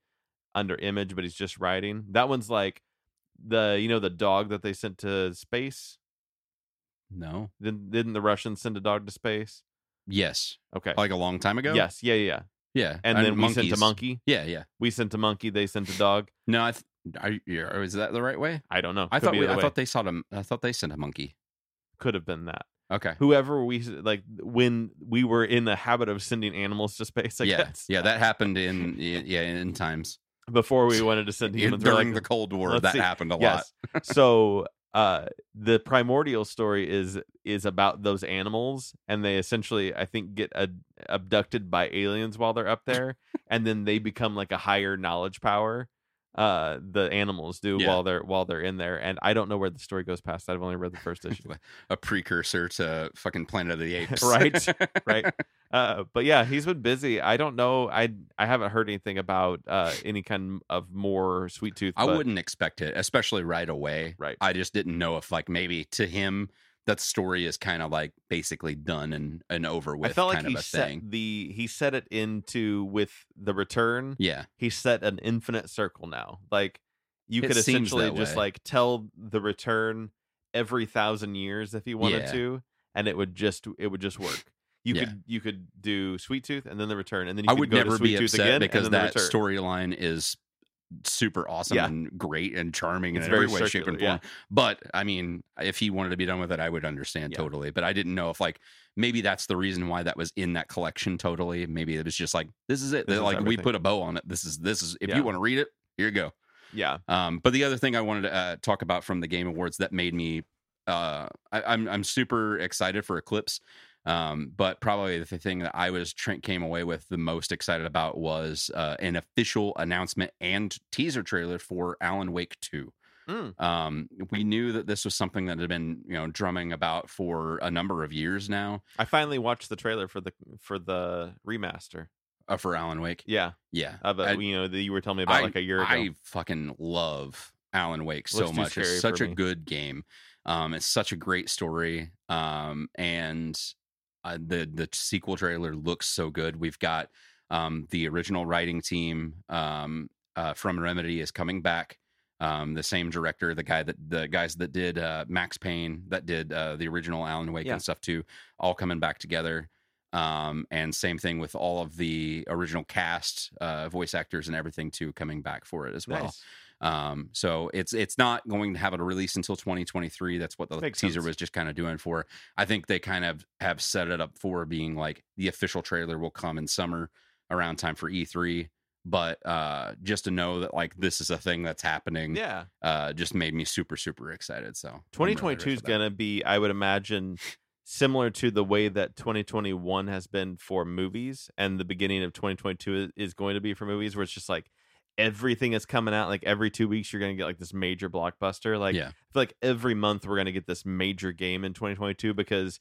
S3: under Image, but he's just writing. That one's like the you know the dog that they sent to space.
S2: No.
S3: Didn't, didn't the Russians send a dog to space?
S2: Yes.
S3: Okay.
S2: Like a long time ago.
S3: Yes. Yeah. Yeah. yeah.
S2: Yeah.
S3: And then we sent
S2: monkeys.
S3: a monkey.
S2: Yeah. Yeah.
S3: We sent a monkey. They sent a dog.
S2: No, I. Th- are, you- are- is that the right way?
S3: I don't know.
S2: I
S3: Could
S2: thought
S3: be
S2: we,
S3: either
S2: I
S3: way.
S2: thought they saw them. I thought they sent a monkey.
S3: could have been that.
S2: Okay.
S3: whoever we like when we were in the habit of sending animals to space, I
S2: yeah.
S3: guess.
S2: Yeah. That happened in yeah in times
S3: Before we wanted to send humans we're
S2: during the
S3: like,
S2: Cold War.
S3: let's
S2: That
S3: see.
S2: happened a lot.
S3: yes. so uh the primordial story is is about those animals and they essentially I think get ad- abducted by aliens while they're up there and then they become like a higher knowledge power uh the animals do
S2: Yeah.
S3: while they're while they're in there and I don't know where the story goes past I've only read the first issue
S2: A precursor to fucking Planet of the Apes.
S3: Right, right. Uh, but yeah, he's been busy. I don't know. I I haven't heard anything about uh, any kind of more sweet tooth.
S2: I
S3: but-
S2: wouldn't expect it, especially right away.
S3: Right.
S2: I just didn't know if like maybe to him that story is kind of like basically done and and over
S3: I
S2: with
S3: felt like
S2: kind
S3: he
S2: of a
S3: set
S2: thing.
S3: the he set it into with the return.
S2: Yeah.
S3: He set an infinite circle now. Like you
S2: It
S3: could
S2: seems
S3: essentially
S2: that
S3: just
S2: way.
S3: like tell the return every thousand years if you wanted
S2: Yeah.
S3: to, and it would just it would just work. You
S2: Yeah.
S3: could you could do sweet tooth and then the return, and then you
S2: I
S3: could
S2: would
S3: go
S2: never
S3: to sweet
S2: be
S3: tooth
S2: upset
S3: again and
S2: because
S3: then the
S2: that
S3: return.
S2: storyline is super awesome
S3: Yeah.
S2: and great and charming
S3: It's
S2: in
S3: very
S2: every way, shape, and
S3: circular, yeah.
S2: form. But I mean, if he wanted to be done with it, I would understand
S3: Yeah.
S2: totally. But I didn't know if like maybe that's the reason why that was in that collection totally. Maybe it was just like this is it.
S3: This is
S2: like we
S3: everything.
S2: put a bow on it. This is this is if
S3: Yeah.
S2: you want to read it, here you go.
S3: Yeah,
S2: Um, but the other thing I wanted to uh, talk about from the Game Awards that made me, uh, I, I'm I'm super excited for Eclipse. Um, but probably the thing that I was tr- came away with the most excited about was uh, an official announcement and teaser trailer for Alan Wake Two.
S3: Mm.
S2: Um, we knew that this was something that had been you know drumming about for a number of years now
S3: I finally watched the trailer for the for the remaster.
S2: uh, for Alan Wake.
S3: Yeah,
S2: Yeah,
S3: of
S2: I-
S3: it, you know, that you were telling me about like a year ago.
S2: I fucking love Alan Wake so
S3: Looks too
S2: much.
S3: scary
S2: It's such
S3: for
S2: a
S3: me.
S2: good game. Um, it's such a great story. Um, and uh, the the sequel trailer looks so good. We've got um, the original writing team um, uh, from Remedy is coming back. Um, the same director, the guy that the guys that did uh, Max Payne, that did uh, the original Alan Wake
S3: Yeah.
S2: and stuff too, all coming back together. Um, and same thing with all of the original cast, uh, voice actors and everything too coming back for it as well.
S3: Nice.
S2: Um, so it's it's not going to have a release until 2023. That's what the
S3: Makes
S2: teaser
S3: sense.
S2: was just kind of doing for. I think they kind of have set it up for being like the official trailer will come in summer around time for E3. But uh, just to know that like this is a thing that's happening,
S3: Yeah.
S2: uh, just made me super super excited. So I'm really ready
S3: 2022
S2: for
S3: is
S2: that.
S3: going to be, I would imagine, similar to the way that 2021 has been for movies. And the beginning of 2022 i- is going to be for movies, where it's just like everything is coming out. Like every two weeks, you're going to get like this major blockbuster. Like,
S2: Yeah.
S3: I feel like every month we're going to get this major game in 2022 because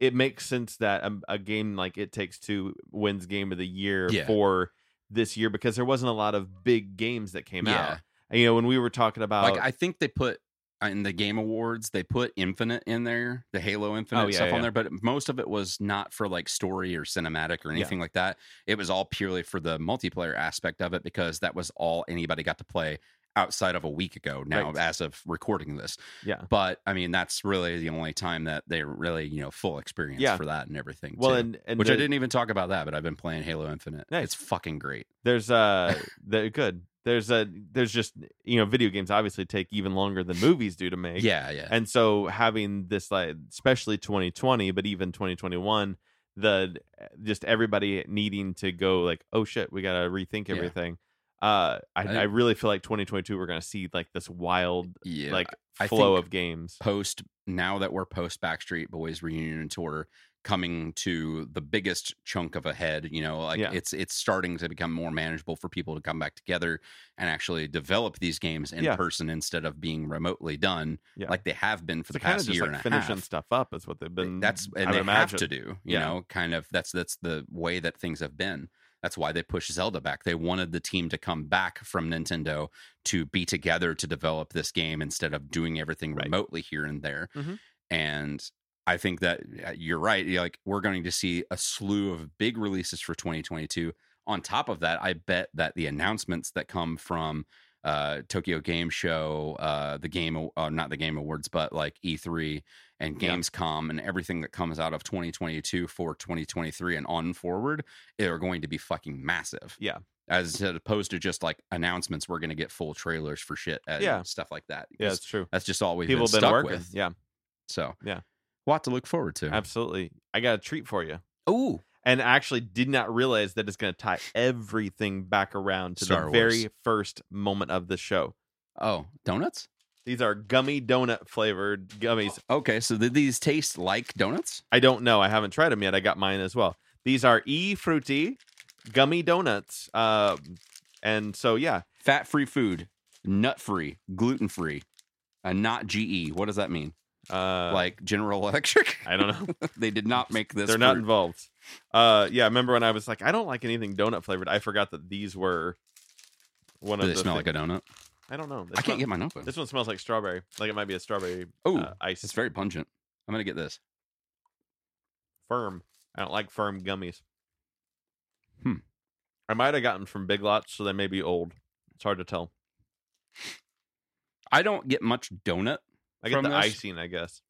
S3: it makes sense that um, a, a game like It Takes Two wins game of the year
S2: Yeah.
S3: for this year because there wasn't a lot of big games that came
S2: Yeah.
S3: out. You know, when we were talking about
S2: Like I think they put uh, in the Game Awards, they put Infinite in there, the Halo Infinite
S3: Oh, yeah,
S2: stuff
S3: yeah.
S2: on there, but most of it was not for like story or cinematic or
S3: Yeah.
S2: anything like that. It was all purely for the multiplayer aspect of it because that was all anybody got to play outside of a week ago now
S3: Right.
S2: as of recording this.
S3: Yeah.
S2: But I mean that's really the only time that they really, you know, full experience
S3: Yeah.
S2: for that and everything.
S3: well,
S2: too.
S3: and, and
S2: Which I
S3: the-
S2: didn't even talk about that, but I've been playing Halo Infinite.
S3: Nice.
S2: It's fucking great.
S3: There's uh, they're good. There's a there's just you know video games obviously take even longer than movies do to make.
S2: Yeah, yeah.
S3: And so having this like especially 2020, but even 2021, the just everybody needing to go like, oh shit, we gotta rethink
S2: Yeah.
S3: everything. Uh, I, I,
S2: I-
S3: really feel like 2022 we're gonna see like this wild
S2: yeah.
S3: like
S2: I
S3: flow
S2: think-
S3: of games.
S2: post now that we're post Backstreet Boys reunion tour, coming to the biggest chunk of a head you know like
S3: Yeah.
S2: it's it's starting to become more manageable for people to come back together and actually develop these games in
S3: Yeah.
S2: person instead of being remotely done
S3: Yeah.
S2: like they have been for
S3: it's
S2: the
S3: kind of
S2: past
S3: just
S2: year
S3: like
S2: and a
S3: finishing
S2: half eh,
S3: stuff up is what they've been.
S2: that's
S3: I
S2: and
S3: would
S2: they have
S3: imagine.
S2: to do you
S3: Yeah.
S2: know kind of that's that's the way that things have been that's why they pushed zelda back they wanted the team to come back from nintendo to be together to develop this game instead of doing everything
S3: Right.
S2: remotely here and there
S3: Mhm.
S2: and i think that uh, you're right You're like we're going to see a slew of big releases for 2022 on top of that i bet that the announcements that come from uh tokyo game show uh the game uh, not the game awards but like e3 and
S3: Yeah.
S2: Gamescom and everything that comes out of 2022 for 2023 and on forward are going to be fucking massive.
S3: Yeah.
S2: As opposed to just like announcements, we're going to get full trailers for shit and
S3: Yeah.
S2: stuff like that.
S3: Yeah,
S2: 'Cause
S3: it's true.
S2: That's just all we've
S3: People
S2: been,
S3: have been
S2: stuck
S3: working.
S2: with.
S3: Yeah,
S2: So,
S3: Yeah.
S2: A lot to look forward to.
S3: absolutely. I got a treat for you.
S2: Oh,
S3: and I actually did not realize that it's going to tie everything back around to
S2: Star
S3: the
S2: Wars.
S3: very first moment of the show.
S2: oh, donuts?
S3: These are gummy donut flavored gummies.
S2: Okay. So, did these taste like donuts?
S3: I don't know. I haven't tried them yet. I got mine as well. These are E Fruity gummy donuts. Um, and so, yeah,
S2: Fat free food, nut free, gluten free, and not GE. What does that mean?
S3: uh,
S2: like General Electric?
S3: I don't know.
S2: they did not make this.
S3: They're not
S2: fruit.
S3: involved. Uh, yeah, I remember when I was like, I don't like anything donut flavored. I forgot that these were one
S2: Do
S3: of
S2: they
S3: the.
S2: smell
S3: thi-
S2: like a donut?
S3: I don't know.
S2: I can't get mine open.
S3: This one smells like strawberry. Like it might be a strawberry
S2: Oh,
S3: uh, ice.
S2: it's very pungent. I'm gonna get this.
S3: firm. I don't like firm gummies.
S2: Hmm.
S3: I might have gotten from Big Lots, so they may be old. It's hard to tell.
S2: I don't get much donut.
S3: I get
S2: From
S3: the
S2: this?
S3: icing, I guess.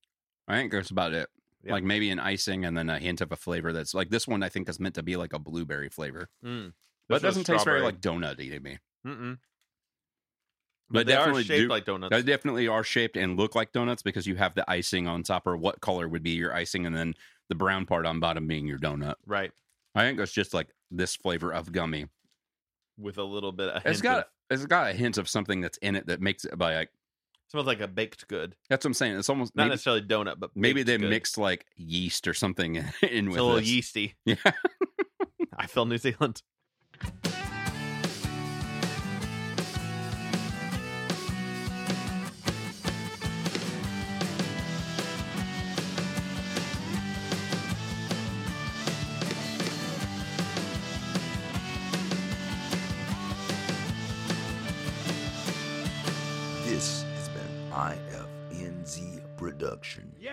S2: I think that's about it.
S3: Yeah.
S2: Like maybe an icing and then a hint of a flavor that's like this one. I think is meant to be like a blueberry flavor,
S3: Mm.
S2: but it
S3: This was
S2: doesn't taste very
S3: strawberry.
S2: like donutty to me.
S3: Mm-mm. But,
S2: But
S3: they
S2: definitely
S3: are shaped
S2: do-
S3: like donuts.
S2: They definitely are shaped and look like donuts because you have the icing on top, or what color would be your icing, and then the brown part on bottom being your donut.
S3: right.
S2: I think it's just like this flavor of gummy.
S3: With a little bit of
S2: It's
S3: hint
S2: got
S3: of-
S2: it's got a hint of something that's in it that makes it by like
S3: smells like a baked good.
S2: that's what I'm saying. It's almost
S3: Not
S2: maybe,
S3: necessarily donut, but
S2: maybe
S3: baked
S2: they
S3: good.
S2: mixed like yeast or something in
S3: it's
S2: with
S3: a little
S2: this.
S3: yeasty.
S2: Yeah.
S3: I feel New Zealand.
S4: This has been IFNZ Production.
S1: Yeah!